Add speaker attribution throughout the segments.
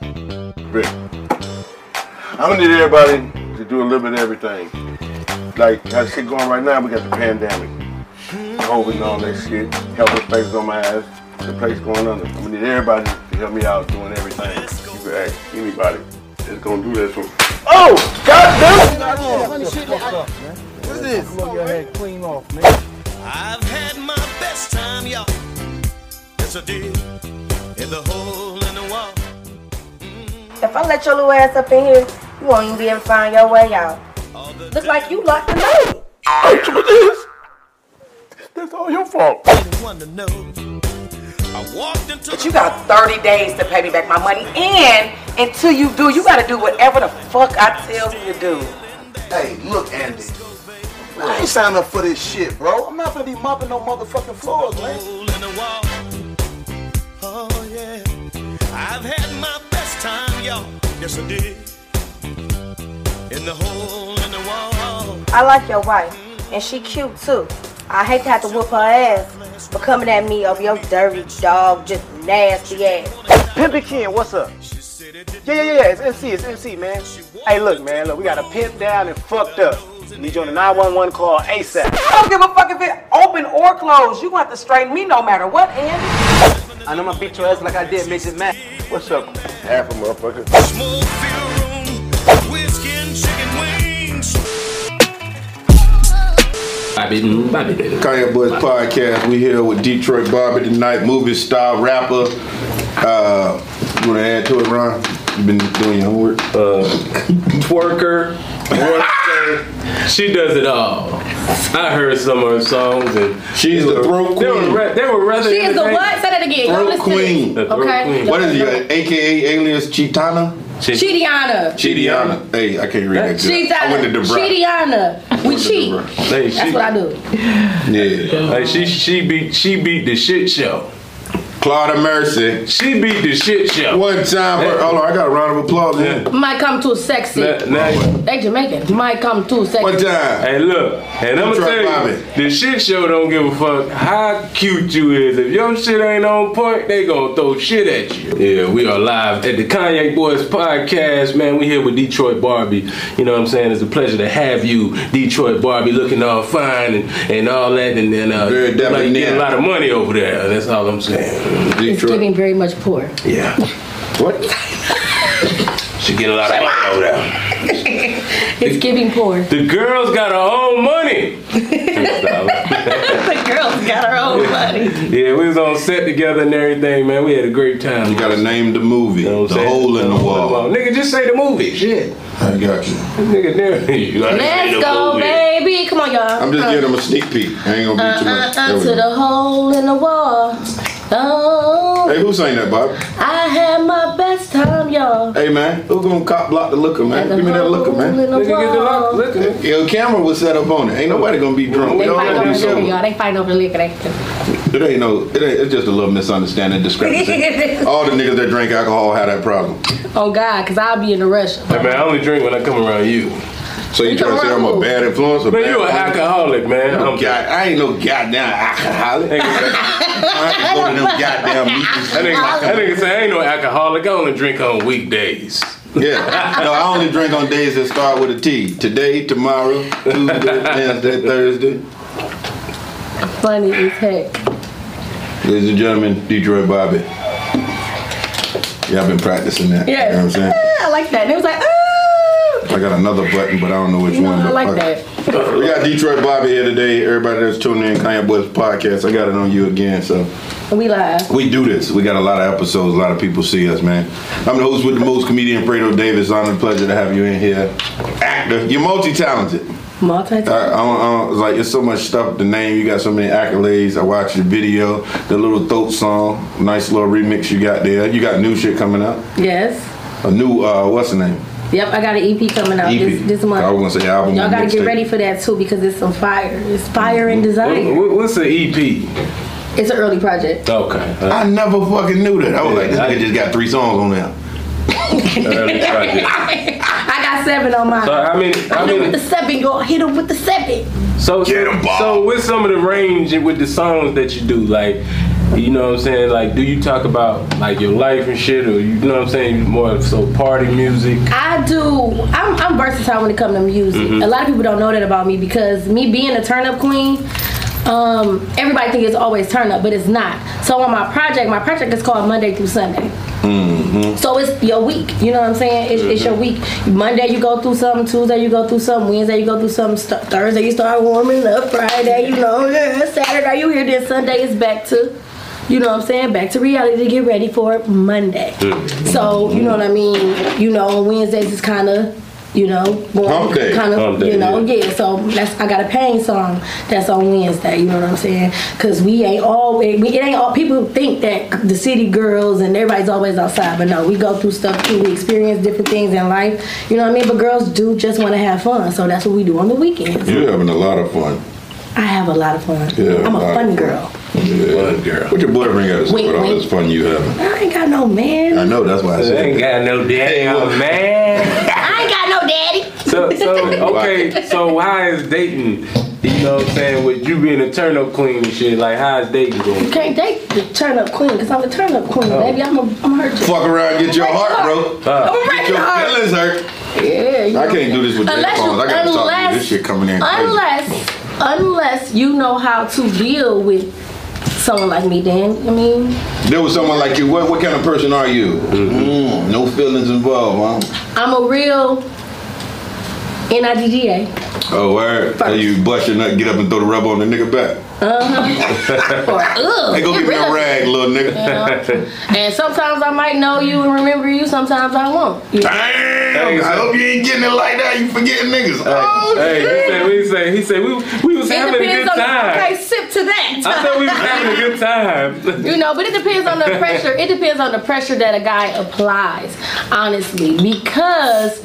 Speaker 1: Rick, I'm gonna need everybody to do a little bit of everything. Like how the shit going right now, we got the pandemic, COVID and all that shit, health effects on my ass, the place going under. I'm gonna need everybody to help me out doing everything. You can ask anybody that's gonna do that for me. Oh, goddamn!
Speaker 2: What's this?
Speaker 3: I've had my best time, y'all. Yes, I did. In the hole in the wall.
Speaker 4: If I let your little ass up in here, you won't even be able to find your way out.
Speaker 3: All the
Speaker 4: Look like you locked and loaded.
Speaker 1: Ain't you with this? That's all your fault.
Speaker 3: didn't want to know. I walked into
Speaker 4: But you got 30 days to pay me back my money, and until you do, you gotta do whatever the fuck I tell you to do.
Speaker 2: Hey, look, Andy. I ain't signed up for this shit, bro. I'm not gonna be mopping no motherfucking floors, man.
Speaker 3: hole in the wall. Oh yeah, I've had my best time, y'all. Yes, I did. In the hole in the wall.
Speaker 4: I like your wife, and she cute too. I hate to have to whoop her ass for coming at me over your dirty dog, just nasty ass.
Speaker 5: Pimpin' Ken, what's up?
Speaker 3: She said it did
Speaker 5: Yeah, yeah, yeah, yeah, it's MC, it's MC, man. Hey, look, man, look, we got a pimp down and fucked up. Need you on a 911 call ASAP.
Speaker 4: I don't give a fuck if it open or closed. You gonna have to straighten me no matter what, Andy.
Speaker 5: And I'm gonna beat your ass like I did Mrs. Matt. What's up?
Speaker 1: Half a motherfucker.
Speaker 3: smoke filled room, whiskey and chicken wings.
Speaker 6: Bobby, mm, Bobby did it.
Speaker 7: Kanye Boys Podcast. We here with Detroit Bobby tonight, movie star, rapper. Uh, you want to add to it, Ron? You been doing your homework?
Speaker 6: Twerker. worker. she does it all. I heard some of her songs and
Speaker 7: She's
Speaker 6: they
Speaker 7: the
Speaker 6: were-
Speaker 7: throat
Speaker 6: They were,
Speaker 7: queen.
Speaker 6: ra- they were rather.
Speaker 8: She is the what? Say that again. Y'all
Speaker 7: Throat
Speaker 8: listen to
Speaker 7: queen.
Speaker 8: this.
Speaker 6: The throat
Speaker 8: Okay.
Speaker 6: queen.
Speaker 7: What is your AKA alias Chitana?
Speaker 8: Cheatiana.
Speaker 7: Chidiana. Hey, I can't read that.
Speaker 8: She's
Speaker 7: good. I went to DeBron.
Speaker 8: Cheatiana. We cheat.
Speaker 6: Like, she,
Speaker 8: That's what I do.
Speaker 7: Yeah.
Speaker 6: Like she, she beat, she beat the shit show.
Speaker 7: Claude Mercy.
Speaker 6: She beat the shit show.
Speaker 7: One time for. Hold on, I got a round of applause in.
Speaker 8: Might come too sexy.
Speaker 6: Now, now-
Speaker 8: They Jamaican. Might come too sexy.
Speaker 7: One time.
Speaker 6: hey, look, and I'm gonna
Speaker 7: Detroit
Speaker 6: tell
Speaker 7: Bobby.
Speaker 6: you, the shit show don't give a fuck how cute you is. If your shit ain't on point, they gonna throw shit at you. Yeah, we are live at the Kanye Boys podcast, man. We here with Detroit Barbie. You know what I'm saying? It's a pleasure to have you, Detroit Barbie, looking all fine and, and all that, and then uh,
Speaker 7: Very
Speaker 6: look like you get
Speaker 7: debonair.
Speaker 6: a lot of money over there. That's all I'm saying.
Speaker 8: It's
Speaker 7: Detroit.
Speaker 8: getting very much poor.
Speaker 6: Yeah,
Speaker 7: What?
Speaker 6: she get a lot of money over there.
Speaker 8: It's giving poor.
Speaker 6: The girl's got her own money.
Speaker 8: the girl's got her own money.
Speaker 6: yeah, we was on set together and everything, man. We had a great time.
Speaker 7: You gotta name the movie.
Speaker 6: You know what
Speaker 7: the
Speaker 6: I'm saying?
Speaker 7: hole in the wall.
Speaker 6: Nigga, just say the movie. Shit.
Speaker 7: I got you.
Speaker 6: Nigga, there. You gotta say the
Speaker 8: Let's go,
Speaker 6: movie.
Speaker 8: baby. Come on, y'all.
Speaker 7: I'm just
Speaker 8: Uh,
Speaker 7: giving them a sneak peek. I ain't gonna be too
Speaker 8: uh,
Speaker 7: much.
Speaker 8: uh,
Speaker 7: There we
Speaker 8: to
Speaker 7: go.
Speaker 8: the hole in the wall. Oh,
Speaker 7: Hey, who sang that, Bob?
Speaker 8: I had my best time, y'all.
Speaker 7: Hey, man, who gonna cop block the looker, man? Give me that looker, man.
Speaker 6: Nigga, get the lock. Look at it.
Speaker 7: Your camera was set up on it. Ain't nobody gonna be drunk.
Speaker 8: They
Speaker 7: We all
Speaker 8: fight
Speaker 7: gonna
Speaker 8: over
Speaker 7: be
Speaker 8: the liquor,
Speaker 7: sober.
Speaker 8: y'all. They fight over the liquor. They-
Speaker 7: It ain't no. It ain't. It's just a little misunderstanding, discrepancy. all the niggas that drink alcohol have that problem.
Speaker 8: Oh God, cause I'll be in a rush.
Speaker 6: Hey, man, I only drink when I come around you.
Speaker 7: So you
Speaker 8: You
Speaker 7: trying to say I'm a
Speaker 8: wrong.
Speaker 7: bad influence? Or
Speaker 6: Man,
Speaker 7: bad
Speaker 6: you an alcoholic, man.
Speaker 7: I'm
Speaker 6: I'm
Speaker 7: God, I ain't no goddamn alcoholic. I ain't go to them goddamn meetings.
Speaker 6: That nigga, that nigga say I ain't no alcoholic. I only drink on weekdays.
Speaker 7: Yeah. No, I only drink on days that start with a T. Today, tomorrow, Tuesday, Wednesday, Thursday.
Speaker 8: Funny as heck.
Speaker 7: Ladies and gentlemen, Detroit Bobby. Y'all been practicing that. You know what I'm
Speaker 8: Yes.
Speaker 7: saying?
Speaker 8: Ah, I like that. And it was like, ooh.
Speaker 7: I got another button, but I don't know which
Speaker 8: You know,
Speaker 7: one.
Speaker 8: I
Speaker 7: but
Speaker 8: like
Speaker 7: fuck
Speaker 8: that.
Speaker 7: it. We got Detroit Bobby here today. Everybody that's tuning in, Kanye Boys podcast. I got it on you again. So
Speaker 8: We live.
Speaker 7: we do this. We got a lot of episodes. A lot of people see us, man. I'm the host with the most, comedian Fredo Davis. Honor and pleasure to have you in here. Actor, you're multi-talented. I,
Speaker 8: Multi.
Speaker 7: I, don't- I don't- it's like it's so much stuff. The name you got so many accolades. I watched your video, the little throat song, nice little remix you got there. You got new shit coming out.
Speaker 8: Yes.
Speaker 7: A new uh, what's the name?
Speaker 8: Yep. I got an EP coming out
Speaker 7: EP.
Speaker 8: Uh, this this
Speaker 7: E I
Speaker 8: month.
Speaker 7: was gonna say album.
Speaker 8: Y'all
Speaker 7: or
Speaker 8: gotta get
Speaker 7: mixtape.
Speaker 8: ready for that too because it's some fire. It's fire and desire.
Speaker 6: What- What's the EP?
Speaker 8: It's an early project.
Speaker 6: Okay. Uh,
Speaker 7: I never fucking knew that. I was like, this
Speaker 6: I-
Speaker 7: nigga just got three songs on there.
Speaker 6: early project.
Speaker 8: I got seven on mine.
Speaker 6: So how many? How
Speaker 8: Hit 'em
Speaker 6: many?
Speaker 8: with the seven, go hit him with the seven.
Speaker 6: So,
Speaker 7: Get 'em,
Speaker 6: so,
Speaker 7: Bob.
Speaker 6: so with some of the range and with the songs that you do, like You know what I'm saying? Like, do you talk about like your life and shit, or you know what I'm saying? More so party music.
Speaker 8: I do. I'm, I'm versatile when it comes to music.
Speaker 6: Mhm.
Speaker 8: A lot of people don't know that about me because me being a turn up queen, um, everybody think it's always turn up, but it's not. So on my project, my project is called Monday through Sunday.
Speaker 9: Mm-hmm.
Speaker 8: So it's your week. You know what I'm saying? It's, it's your week. Monday you go through something. Tuesday you go through something. Wednesday you go through something. St- Thursday you start warming up. Friday you know. yeah, Saturday you here. Then Sunday is back to. You know what I'm saying? Back to reality to get ready for Monday. So you know what I mean. You know, on Wednesdays it's kind of, you know,
Speaker 7: Hump day.
Speaker 8: kind
Speaker 7: Hump
Speaker 8: of,
Speaker 7: day,
Speaker 8: you know,
Speaker 7: yeah.
Speaker 8: yeah. So that's I got a pain song that's on Wednesday. You know what I'm saying? Cause we ain't always, we, it ain't all. People think that the city girls and everybody's always outside, but no, we go through stuff too. We experience different things in life. You know what I mean? But girls do just want to have fun, so that's what we do on the weekends.
Speaker 7: You're having a lot of fun.
Speaker 8: I have a lot of fun.
Speaker 7: Yeah,
Speaker 8: I'm a
Speaker 7: lot of
Speaker 8: fun
Speaker 7: fun.
Speaker 8: girl.
Speaker 7: Yeah. Fun girl. What your boyfriend got to say
Speaker 8: Wink,
Speaker 7: about all
Speaker 8: wink.
Speaker 7: this fun you having?
Speaker 8: I ain't got no man.
Speaker 7: I know that's why I said.
Speaker 6: ain't got no damn man.
Speaker 8: I ain't got no daddy.
Speaker 6: So, so okay, so how is dating? You know what I'm saying? With you being a turn up queen and shit, like how is dating
Speaker 8: You
Speaker 6: going?
Speaker 8: can't date the turn up queen, cause I'm the turn up queen, baby. I'm a, I'm hurt. you.
Speaker 7: Fuck around, get your
Speaker 8: I'm
Speaker 7: heart broke. Get your feelings hurt.
Speaker 8: Yeah, you
Speaker 7: I
Speaker 8: know.
Speaker 7: can't do this with
Speaker 8: Unless
Speaker 7: dead phones.
Speaker 8: you-
Speaker 7: I gotta talk to you. This
Speaker 8: unless-
Speaker 7: shit coming in. crazy.
Speaker 8: Unless, unless you know how to deal with someone like me, then I mean,
Speaker 7: There was someone like you. What, what kind of person are you? Mm, no feelings involved, huh?
Speaker 8: I'm a real NIDDA.
Speaker 7: Oh, word. So you bust your nut, get up and throw the rubber on the nigga back.
Speaker 8: Uh-huh. Or, ugh,
Speaker 7: hey, go
Speaker 8: get
Speaker 7: give me
Speaker 8: rid
Speaker 7: a
Speaker 8: of
Speaker 7: rag, little nigga.
Speaker 8: And sometimes I might know you and remember you. Sometimes I won't. You know?
Speaker 7: Damn, I hope you ain't getting it like that. You forgetting niggas. Oh,
Speaker 6: Hey, he
Speaker 7: shit.
Speaker 6: said, we say, he said, we we was
Speaker 8: It
Speaker 6: having a good
Speaker 8: depends on
Speaker 6: time.
Speaker 8: okay. Sip to that.
Speaker 6: I said we was having a good time.
Speaker 8: You know, but it depends on the pressure. It depends on the pressure that a guy applies, honestly, because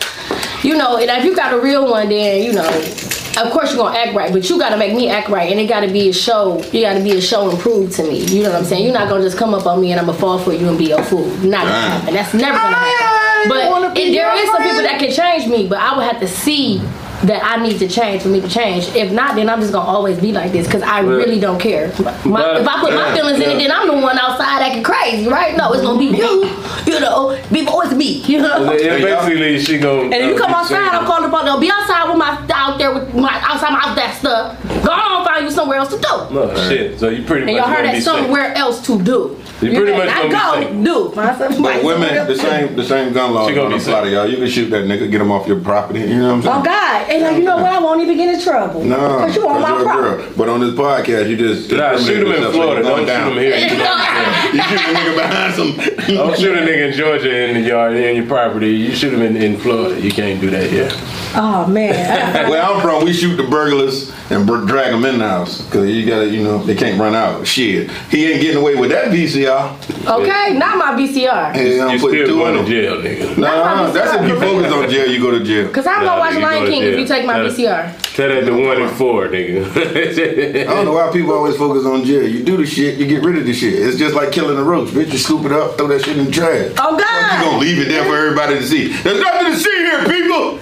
Speaker 8: you know, and if you got a real one, then you know, of course you're gonna act right, but you gotta make me act right, and it gotta be a show. You gotta be a show and prove to me. You know what I'm saying? You're not gonna just come up on me and I'm gonna fall for you and be your fool. Not gonna
Speaker 9: Damn.
Speaker 8: happen. That's never gonna happen. But it, there is some people that can change me, but I would have to see that I need to change for me to change. If not, then I'm just gonna always be like this because I
Speaker 9: Right.
Speaker 8: really don't care. My,
Speaker 9: Right.
Speaker 8: if I put my
Speaker 9: Yeah,
Speaker 8: feelings in it,
Speaker 9: yeah.
Speaker 8: then I'm the one outside acting crazy, right? No, it's gonna be you. You know, be always me. You know.
Speaker 6: Yeah, basically, she gonna.
Speaker 8: And if you come outside, I'm calling the police. Be outside with my out there with my outside my that stuff. Go on, find you somewhere else to do.
Speaker 6: No shit. So you pretty
Speaker 8: And
Speaker 6: much.
Speaker 8: y'all heard
Speaker 6: gonna be
Speaker 8: that somewhere else to do.
Speaker 6: You pretty much
Speaker 8: I
Speaker 6: gonna be
Speaker 8: go do. Find somebody
Speaker 7: But women,
Speaker 8: somewhere
Speaker 7: the
Speaker 8: else to do.
Speaker 7: same, the same gun laws don't apply to y'all. You can shoot that nigga, get him off your property. You know what
Speaker 8: Oh
Speaker 7: I'm saying?
Speaker 8: God! And like, you know what? I won't even get in trouble.
Speaker 7: No,
Speaker 8: Cause you on my
Speaker 7: you're a
Speaker 8: property.
Speaker 7: girl. But on this podcast, you just
Speaker 6: Nah,
Speaker 7: incriminate
Speaker 6: shoot him in
Speaker 7: yourself, so
Speaker 6: Florida,
Speaker 7: you're
Speaker 6: don't shoot
Speaker 7: going down.
Speaker 6: him here. You know what
Speaker 7: You shoot a nigga behind some.
Speaker 6: safe. Don't shoot a nigga in Georgia in the yard in your property. You shoot him in, in Florida. You can't do that here.
Speaker 8: Oh man.
Speaker 7: Where I'm from, we shoot the burglars and br- drag them in the house because you gotta, you know, they can't run out. Shit, he ain't getting away with that VCR.
Speaker 8: Okay, not my VCR.
Speaker 7: Hey, I'm putting two in them.
Speaker 6: Jail, nigga.
Speaker 7: Nah, that's if you focus on jail, you go to jail.
Speaker 8: Cause I'm
Speaker 6: Nah,
Speaker 8: gonna watch
Speaker 6: nigga, you
Speaker 8: Lion
Speaker 6: go to
Speaker 8: King if
Speaker 6: jail.
Speaker 8: you take my
Speaker 6: Nah.
Speaker 8: VCR.
Speaker 6: Tell that to one and four, nigga.
Speaker 7: I don't know why people always focus on jail. You do the shit, you get rid of the shit. It's just like killing a roach, bitch. You scoop it up, throw that shit in the trash.
Speaker 8: Oh God!
Speaker 7: You gonna leave it there for everybody to see. There's nothing to see here, people.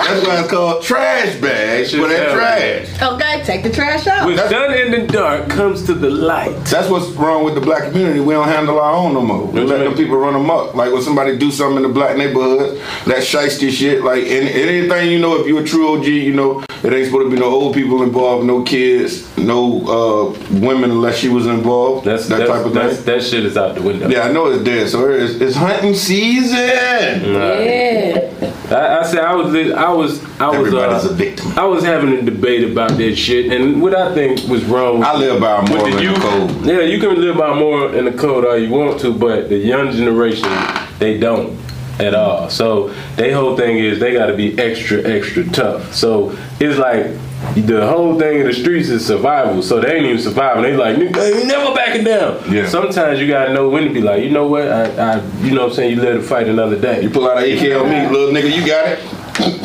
Speaker 7: That's why it's called trash bags for that
Speaker 6: hell.
Speaker 7: trash.
Speaker 8: Okay, take the trash out.
Speaker 6: What's done in the dark comes to the light.
Speaker 7: That's what's wrong with the black community. We don't handle our own no more. We let them people run amok. Like when somebody do something in the black neighborhood, that shiesty shit. Like and, and anything you know, if you're a true OG, you know it ain't supposed to be no old people involved, no kids, no uh, women unless she was involved. That's that
Speaker 6: That's-
Speaker 7: type of
Speaker 6: that's-
Speaker 7: thing.
Speaker 6: That shit is out the window.
Speaker 7: Yeah, I know it's dead. So it's, it's hunting season.
Speaker 8: Yeah.
Speaker 6: I, I said I was li- I was I was
Speaker 7: Everybody's
Speaker 6: uh, I was having a debate about that shit and what I think was wrong.
Speaker 7: I live by a
Speaker 6: with
Speaker 7: moral and a
Speaker 6: youth-
Speaker 7: code.
Speaker 6: Yeah, you can live by moral and the code all you want to, but the young generation they don't at all. So they whole thing is they got to be extra extra tough. So it's like. The whole thing in the streets is survival, so they ain't even surviving. They like, "Nigga, I ain't never backing down.
Speaker 7: Yeah.
Speaker 6: Sometimes you gotta know when to be like, you know what, I, I you know, what I'm saying you let it fight another day.
Speaker 7: You pull out an AK on me, little nigga, you got it.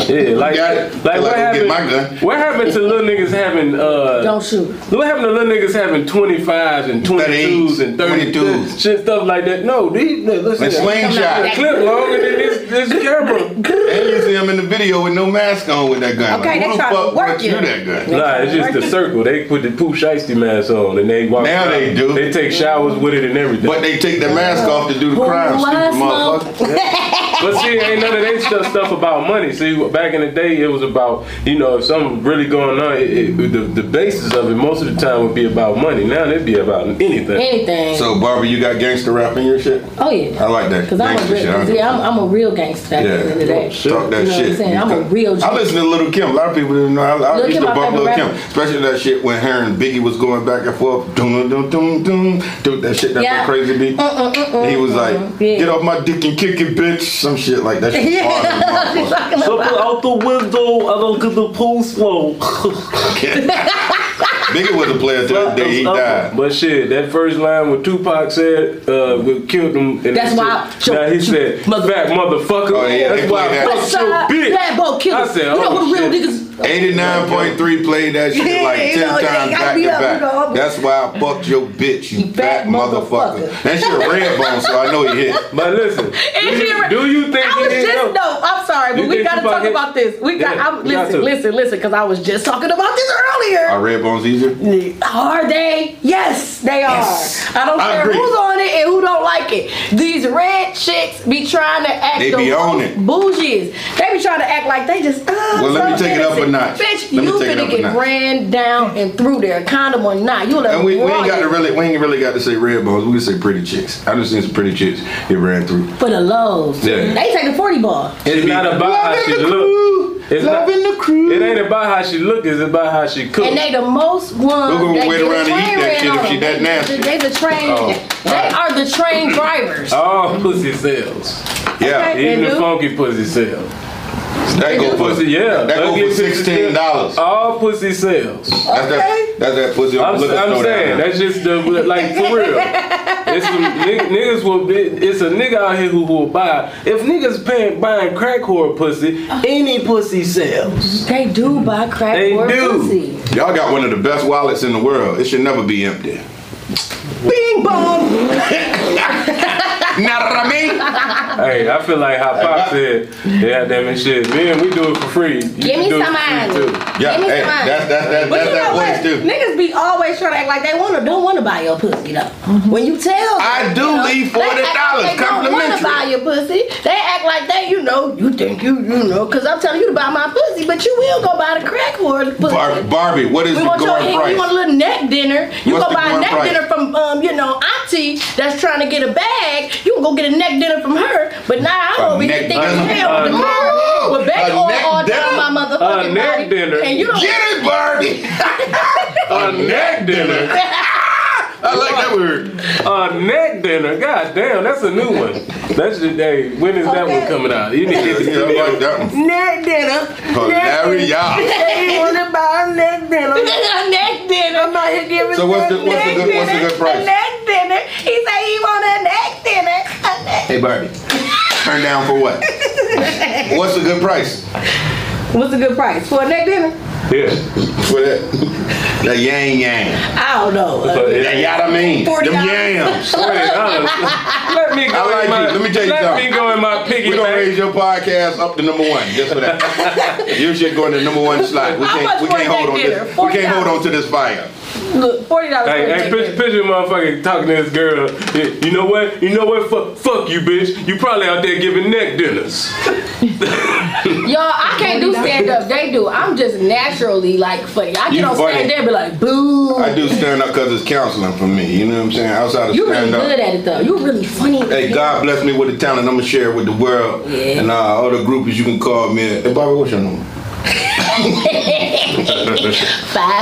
Speaker 6: Yeah, like,
Speaker 7: got it.
Speaker 6: like what
Speaker 7: Feel like I'm
Speaker 6: happened?
Speaker 7: getting my gun.
Speaker 6: What happened to little niggas having? Uh,
Speaker 8: Don't shoot.
Speaker 6: What happened to little niggas having twenty fives and twenty
Speaker 7: 38s,
Speaker 6: twos and thirty
Speaker 7: 22s.
Speaker 6: twos, shit stuff like that? No, these look, listen,
Speaker 7: And slingshot.
Speaker 6: The clip longer than this this camera.
Speaker 7: And you see him in the video with no mask on with that gun.
Speaker 8: Okay,
Speaker 7: like,
Speaker 8: they
Speaker 7: who
Speaker 8: trying
Speaker 7: the
Speaker 8: to
Speaker 7: fuck
Speaker 8: work
Speaker 7: brought
Speaker 8: you.
Speaker 7: you that gun?
Speaker 6: Nah, it's just the circle. They put the poop shiesty mask on and they walk.
Speaker 7: Now
Speaker 6: around.
Speaker 7: they do.
Speaker 6: They take showers with it and everything.
Speaker 7: But they take the mask off to do the
Speaker 8: Well,
Speaker 7: crime,
Speaker 8: why
Speaker 7: stupid
Speaker 8: smoke?
Speaker 7: motherfucker.
Speaker 6: But see, ain't none of that stuff, stuff about money. See, back in the day, it was about you know if something really going on, it, it, the the basis of it most of the time would be about money. Now it'd be about anything.
Speaker 8: Anything.
Speaker 7: So, Barbara, you got gangster rap in your shit?
Speaker 8: oh yeah.
Speaker 7: I like that.
Speaker 8: Cause I'm a
Speaker 7: gangster shit.
Speaker 8: real,
Speaker 7: I
Speaker 8: cause,
Speaker 7: don't-
Speaker 8: yeah, I'm, I'm a real gangster at the end of the day.
Speaker 7: Talk that
Speaker 8: You know what I'm
Speaker 7: shit.
Speaker 8: saying? I'm a
Speaker 7: Because-
Speaker 8: real
Speaker 7: I listen to Little Kim. A lot of people didn't know. I, I
Speaker 8: Lil'
Speaker 7: used
Speaker 8: Kim,
Speaker 7: to
Speaker 8: my
Speaker 7: bump
Speaker 8: favorite
Speaker 7: Little Kim,
Speaker 8: rapper.
Speaker 7: especially that shit when her and Biggie was going back and forth. Doom, doom, doom, doom, doom. That shit, that
Speaker 8: Yeah. Mm,
Speaker 7: crazy beat. And he was like,
Speaker 8: Yeah.
Speaker 7: "Get off my dick and kick it, bitch." Some shit like that. Shit
Speaker 8: Yeah.
Speaker 7: hard as a motherfucker.
Speaker 6: out the window, I don't get the post flow.
Speaker 7: Biggie was a player to that day. He died.
Speaker 6: But shit, that first line when Tupac said, uh, we killed him. And
Speaker 8: That's
Speaker 6: that
Speaker 8: why
Speaker 6: shit.
Speaker 8: I-
Speaker 6: Now he said,
Speaker 8: Mother-
Speaker 6: fat motherfucker.
Speaker 7: Oh, yeah, they
Speaker 6: That's why
Speaker 7: play
Speaker 6: I
Speaker 7: that.
Speaker 6: fucked your
Speaker 8: Westside
Speaker 6: bitch.
Speaker 8: Black Ball Killer.
Speaker 6: I said,
Speaker 8: you know
Speaker 6: oh,
Speaker 8: who the real
Speaker 6: shit.
Speaker 8: niggas.
Speaker 7: 89.3 played that shit like 10
Speaker 8: You know, they
Speaker 7: times
Speaker 8: gotta
Speaker 7: back to
Speaker 8: be up,
Speaker 7: back.
Speaker 8: you know.
Speaker 7: That's why I fucked your bitch, you,
Speaker 8: You
Speaker 7: fat,
Speaker 8: fat
Speaker 7: motherfucker.
Speaker 8: motherfucker.
Speaker 7: That shit red bone, so I know he hit.
Speaker 6: But listen, do you, do you think
Speaker 8: I
Speaker 6: he
Speaker 8: was
Speaker 6: didn't
Speaker 8: just
Speaker 6: know?
Speaker 8: no? I'm sorry,
Speaker 6: You
Speaker 8: but we
Speaker 6: think
Speaker 8: gotta
Speaker 6: Tupac
Speaker 8: talk
Speaker 6: hit-
Speaker 8: about this. We got.
Speaker 6: Yeah,
Speaker 8: I'm,
Speaker 6: we got
Speaker 8: listen,
Speaker 6: to.
Speaker 8: listen, listen, because I was just talking about this earlier.
Speaker 7: Are red bones easier?
Speaker 8: Are they? Yes, they are. I don't
Speaker 7: I
Speaker 8: care
Speaker 7: agree.
Speaker 8: who's on it and who don't like it. These red chicks be trying to act
Speaker 7: They
Speaker 8: the
Speaker 7: be on
Speaker 8: most
Speaker 7: it.
Speaker 8: bougies. They be trying to act like they just. Uh,
Speaker 7: Well, let me
Speaker 8: so
Speaker 7: take it up a
Speaker 8: innocent.
Speaker 7: notch.
Speaker 8: Bitch,
Speaker 7: Let me
Speaker 8: you
Speaker 7: take it up
Speaker 8: finna
Speaker 7: a
Speaker 8: get
Speaker 7: notch.
Speaker 8: ran down and through there, condom or not. You
Speaker 7: And
Speaker 8: let
Speaker 7: we, we ain't got to really we ain't really got to say red bones. We can say pretty chicks. I just seen some pretty chicks it ran through.
Speaker 8: for the lows.
Speaker 7: Yeah.
Speaker 8: They take the forty ball.
Speaker 6: It's not about how she Ah, look. It's not-
Speaker 7: loving the crew.
Speaker 6: It ain't about how she look, it's about how she cook.
Speaker 8: And they the most ones.
Speaker 7: Who gonna
Speaker 8: that
Speaker 7: wait
Speaker 8: get
Speaker 7: around and
Speaker 8: train
Speaker 7: eat that
Speaker 8: ran
Speaker 7: shit if
Speaker 8: on
Speaker 7: she
Speaker 8: them.
Speaker 7: that nasty?
Speaker 8: They, they the train.
Speaker 6: Oh.
Speaker 8: They are the train drivers.
Speaker 6: All pussy sells.
Speaker 7: yeah,
Speaker 8: Okay.
Speaker 6: Even
Speaker 8: They
Speaker 6: the
Speaker 8: do?
Speaker 6: funky pussy sells.
Speaker 7: that go for
Speaker 6: Pussy, yeah.
Speaker 7: That go
Speaker 6: Ugly
Speaker 7: for
Speaker 6: pussy
Speaker 7: sixteen dollars.
Speaker 6: sells. All pussy sells.
Speaker 7: That's that. That's that pussy on
Speaker 6: I'm,
Speaker 7: the liquor
Speaker 6: I'm
Speaker 7: store
Speaker 6: saying
Speaker 7: down there.
Speaker 6: that's just the like for real. It's some nigg- niggas will. Be, it's a nigga out here who will buy. If niggas paying buying crack whore pussy, any pussy sells.
Speaker 8: They do buy crack
Speaker 6: They
Speaker 8: or
Speaker 6: do.
Speaker 8: pussy.
Speaker 7: Y'all got one of the best wallets in the world. It should never be empty.
Speaker 8: Bing bong.
Speaker 7: Not what I mean.
Speaker 6: Hey, I feel like how Pop said, yeah, damn it, shit. Man, we do it for free. You
Speaker 8: Give
Speaker 6: can
Speaker 8: me
Speaker 6: do it
Speaker 8: some
Speaker 6: for free,
Speaker 8: money.
Speaker 6: too.
Speaker 7: Yeah,
Speaker 8: Give me
Speaker 7: hey,
Speaker 8: some money.
Speaker 7: that's- that's- that's-
Speaker 8: but
Speaker 7: that's
Speaker 8: you know
Speaker 7: that
Speaker 8: what?
Speaker 7: voice, too.
Speaker 8: Niggas be always trying to act like they want to don't want to buy your pussy though. When you tell, them,
Speaker 7: I do
Speaker 8: you know,
Speaker 7: leave
Speaker 8: they act like
Speaker 7: $40
Speaker 8: They don't want
Speaker 7: complimentary.
Speaker 8: to buy your pussy. They act like they, you know, you think you, you know, because I'm telling you to buy my pussy, but you will go buy the crack whore pussy.
Speaker 7: Bar- Barbie, what is
Speaker 8: we
Speaker 7: the
Speaker 8: want your
Speaker 7: going
Speaker 8: hand, you want a
Speaker 7: price?
Speaker 8: little neck dinner. You
Speaker 7: What's
Speaker 8: go
Speaker 7: the
Speaker 8: buy
Speaker 7: going
Speaker 8: a neck
Speaker 7: price?
Speaker 8: dinner from um, you know, auntie that's trying to get a bag. You can go get a neck dinner from her, but now I'm
Speaker 7: A
Speaker 8: over here
Speaker 7: neck
Speaker 8: thinking
Speaker 7: dinner?
Speaker 8: hell with the
Speaker 6: Uh,
Speaker 8: car with baby
Speaker 7: a
Speaker 8: oil
Speaker 7: neck
Speaker 8: all
Speaker 7: dinner?
Speaker 8: down my motherfucking
Speaker 6: A neck
Speaker 8: body.
Speaker 6: dinner?
Speaker 8: And you don't
Speaker 7: Get it, Barbie.
Speaker 6: A neck dinner.
Speaker 7: I like that word.
Speaker 6: A neck dinner. God damn, that's a new one. That's the day. When is that one
Speaker 8: Okay.
Speaker 6: coming out? You need to get
Speaker 7: Yeah,
Speaker 6: the
Speaker 7: I like that one.
Speaker 8: neck dinner.
Speaker 7: Hilarious.
Speaker 8: They want to buy a neck dinner. a neck dinner. I'm out here giving
Speaker 7: So what's
Speaker 8: her
Speaker 7: the- what's the
Speaker 8: neck
Speaker 7: good- what's the
Speaker 8: dinner,
Speaker 7: good price?
Speaker 8: A neck dinner. He say he want a neck dinner. A neck.
Speaker 7: Hey, Barbie. Turn down for what? What's a good price
Speaker 8: What's a good price for a neck dinner?
Speaker 6: Yeah.
Speaker 7: for that? That yang yang.
Speaker 8: I don't know.
Speaker 6: So, yeah.
Speaker 7: That yada mean.
Speaker 8: $40.
Speaker 7: Them yams.
Speaker 6: Wait, honestly, let me go
Speaker 7: I
Speaker 6: in
Speaker 7: like you.
Speaker 6: my,
Speaker 7: Let me tell you
Speaker 6: let
Speaker 7: something.
Speaker 6: me go in my piggy
Speaker 7: We're gonna
Speaker 6: bank.
Speaker 7: raise your podcast up to number one just for that. Your shit going to number one slot. We
Speaker 8: How
Speaker 7: can't
Speaker 8: much
Speaker 7: we
Speaker 8: for
Speaker 7: can't
Speaker 8: a
Speaker 7: hold on
Speaker 8: neck
Speaker 7: this.
Speaker 8: dinner?
Speaker 7: We can't hold on to this fire.
Speaker 8: Look, forty dollars.
Speaker 6: Hey, hey, picture, picture motherfucker talking to this girl. Yeah, You know what? You know what? Fuck, fuck you, bitch. You probably out there giving neck dinners.
Speaker 8: Y'all, I can't do stand up. They do. I'm just naturally like funny. I
Speaker 7: You
Speaker 8: get on
Speaker 7: funny.
Speaker 8: stand there and be like, boo.
Speaker 7: I do stand up because it's counseling for me. You know what I'm saying? Outside of
Speaker 8: You really
Speaker 7: stand up.
Speaker 8: good at it though. You really funny.
Speaker 7: Hey, God bless me with the talent. I'm gonna share it with the world
Speaker 8: Yeah.
Speaker 7: and uh, all the groupies you can call me. Hey, Bobby, what's your number?
Speaker 8: Five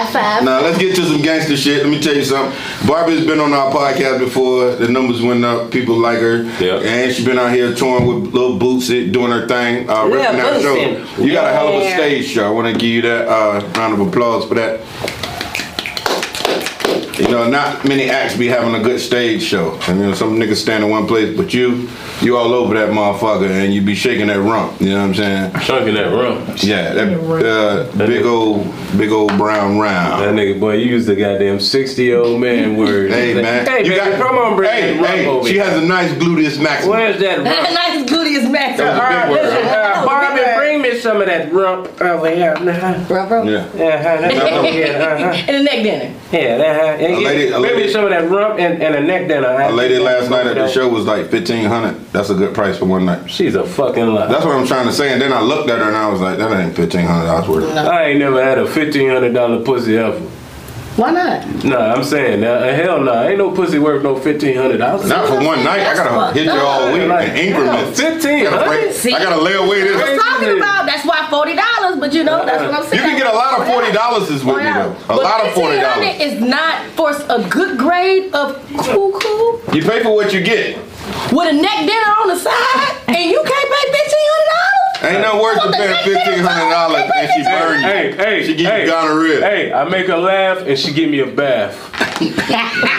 Speaker 8: five.
Speaker 7: Now let's get to some gangster shit. Let me tell you something. Barbie's been on our podcast before. The numbers went up. People like her,
Speaker 6: Yeah.
Speaker 7: and she's been out here touring with Lil Bootsy, doing her thing, uh, ripping out shows. You got a hell of a stage show. I want to give you that uh, round of applause for that. You know, not many acts be having a good stage show. And you know, some niggas stand in one place, but you, you all over that motherfucker, and you be shaking that rump. You know what I'm saying?
Speaker 6: Chunking that rump.
Speaker 7: Yeah, that uh, big old, big old brown round.
Speaker 6: That nigga, boy, you use the goddamn 60 year old man word.
Speaker 7: Hey man,
Speaker 6: Hey,
Speaker 7: you
Speaker 6: baby,
Speaker 7: got
Speaker 6: come on, bring
Speaker 7: Hey,
Speaker 6: that rump
Speaker 7: hey,
Speaker 6: over
Speaker 7: she
Speaker 6: here.
Speaker 7: has a nice gluteus maximum.
Speaker 6: Where's that rump?
Speaker 8: nice gluteus max.
Speaker 7: That was a big word.
Speaker 6: Listen, uh, Barbie,
Speaker 8: big word.
Speaker 6: bring me some of that rump over here. Uh-huh.
Speaker 8: Bro, bro.
Speaker 7: Yeah.
Speaker 6: Yeah, uh-huh. yeah, uh-huh.
Speaker 8: And the neck dinner.
Speaker 6: yeah, uh-huh. yeah, yeah.
Speaker 7: lady- a
Speaker 6: Bring me
Speaker 7: lady-
Speaker 6: some of that rump and, and a neck dinner.
Speaker 7: A lady last night at the show was like fifteen hundred. That's a good price for one night.
Speaker 6: She's a fucking liar.
Speaker 7: That's what I'm trying to say. And then I looked at her and I was like, that ain't fifteen hundred dollars worth. of-
Speaker 6: I ain't never had a fifteen hundred dollar pussy ever.
Speaker 8: Why not?
Speaker 6: Nah, I'm saying, nah, uh, hell nah, ain't no pussy worth no fifteen hundred dollars.
Speaker 7: Not for one night. I gotta hit you all week in increments.
Speaker 6: Fifteen
Speaker 7: I gotta, break-
Speaker 6: hundred.
Speaker 8: See?
Speaker 7: I gotta lay away
Speaker 8: I'm
Speaker 7: this.
Speaker 8: talking about. That's why forty dollars. But you know, that's what I'm
Speaker 7: You
Speaker 8: saying.
Speaker 7: can get a lot of forty dollars this week,
Speaker 8: Forty
Speaker 7: though.
Speaker 8: dollars.
Speaker 7: A
Speaker 8: But
Speaker 7: lot of forty
Speaker 8: $1,500
Speaker 7: dollars.
Speaker 8: is not for a good grade of cuckoo
Speaker 7: You pay for what you get.
Speaker 8: with a neck dinner on the side, and you can't pay fifteen hundred dollars.
Speaker 7: Ain't no worth to
Speaker 8: Well,
Speaker 7: pay
Speaker 8: the next
Speaker 7: fifteen hundred dollars and she burn you.
Speaker 6: Hey, hey,
Speaker 7: she give
Speaker 6: hey,
Speaker 7: you gonorrhea.
Speaker 6: Hey, I make her laugh and she give me a bath.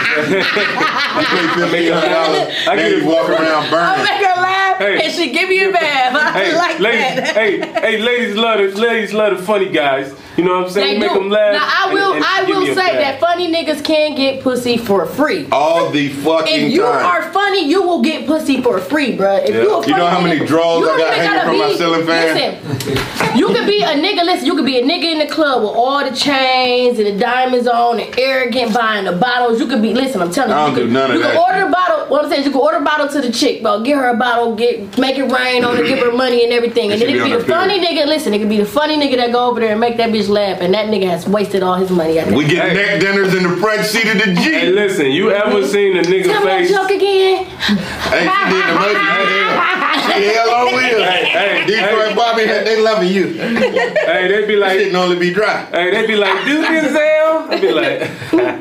Speaker 7: You pay fifteen hundred dollars.
Speaker 6: I
Speaker 7: Now
Speaker 6: get
Speaker 7: you
Speaker 6: it.
Speaker 7: walk around
Speaker 8: I
Speaker 7: burning.
Speaker 8: make her laugh,
Speaker 6: Hey.
Speaker 8: and she give you a bath. I
Speaker 6: Hey,
Speaker 8: like
Speaker 6: ladies,
Speaker 8: that.
Speaker 6: hey, hey, ladies love the ladies love the funny guys. You know what I'm saying?
Speaker 8: They
Speaker 6: make
Speaker 8: do.
Speaker 6: them laugh.
Speaker 8: Now I
Speaker 6: and-
Speaker 8: will,
Speaker 6: and she
Speaker 8: I
Speaker 6: give me
Speaker 8: will
Speaker 6: a
Speaker 8: say
Speaker 6: bath.
Speaker 8: that funny niggas can get pussy for free.
Speaker 7: All the fucking
Speaker 8: If you
Speaker 7: time.
Speaker 8: are funny, you will get pussy for free, bruh. If you a funny
Speaker 7: You know how
Speaker 8: nigga,
Speaker 7: many draws
Speaker 8: you
Speaker 7: I
Speaker 8: don't
Speaker 7: got
Speaker 8: even
Speaker 7: hanging
Speaker 8: gotta
Speaker 7: from my ceiling fan?
Speaker 8: Listen, you could be a nigga. Listen, you could be a nigga in the club with all the chains and the diamonds on, and arrogant buying the bottles. You could be. Listen, I'm telling you.
Speaker 7: I
Speaker 8: you
Speaker 7: don't
Speaker 8: could,
Speaker 7: do none of
Speaker 8: you
Speaker 7: that
Speaker 8: could order
Speaker 7: shit.
Speaker 8: a bottle. What I'm saying is, you could order a bottle to the chick, bro. Get her a bottle. Get make it rain on her. Give her money and everything. And
Speaker 7: It
Speaker 8: then it
Speaker 7: should be
Speaker 8: could be
Speaker 7: on
Speaker 8: the
Speaker 7: her
Speaker 8: funny nigga. Listen, it could be the funny nigga that go over there and make that bitch laugh, and that nigga has wasted all his money. I think.
Speaker 7: We get
Speaker 6: Hey.
Speaker 7: neck dinners in the front seat of the
Speaker 6: Hey,
Speaker 7: Jeep.
Speaker 6: listen, you ever seen a nigga
Speaker 8: Mm-hmm. Tell me that
Speaker 6: face?
Speaker 8: joke again.
Speaker 7: Hey, she did the monkey. She hell on wheels.
Speaker 6: Hey, hey,
Speaker 7: Detroit
Speaker 6: hey.
Speaker 7: Bobby, they loving you.
Speaker 6: Hey, they be like,
Speaker 7: Shitting only be dry.
Speaker 6: hey, they be like, do this, L. They be like,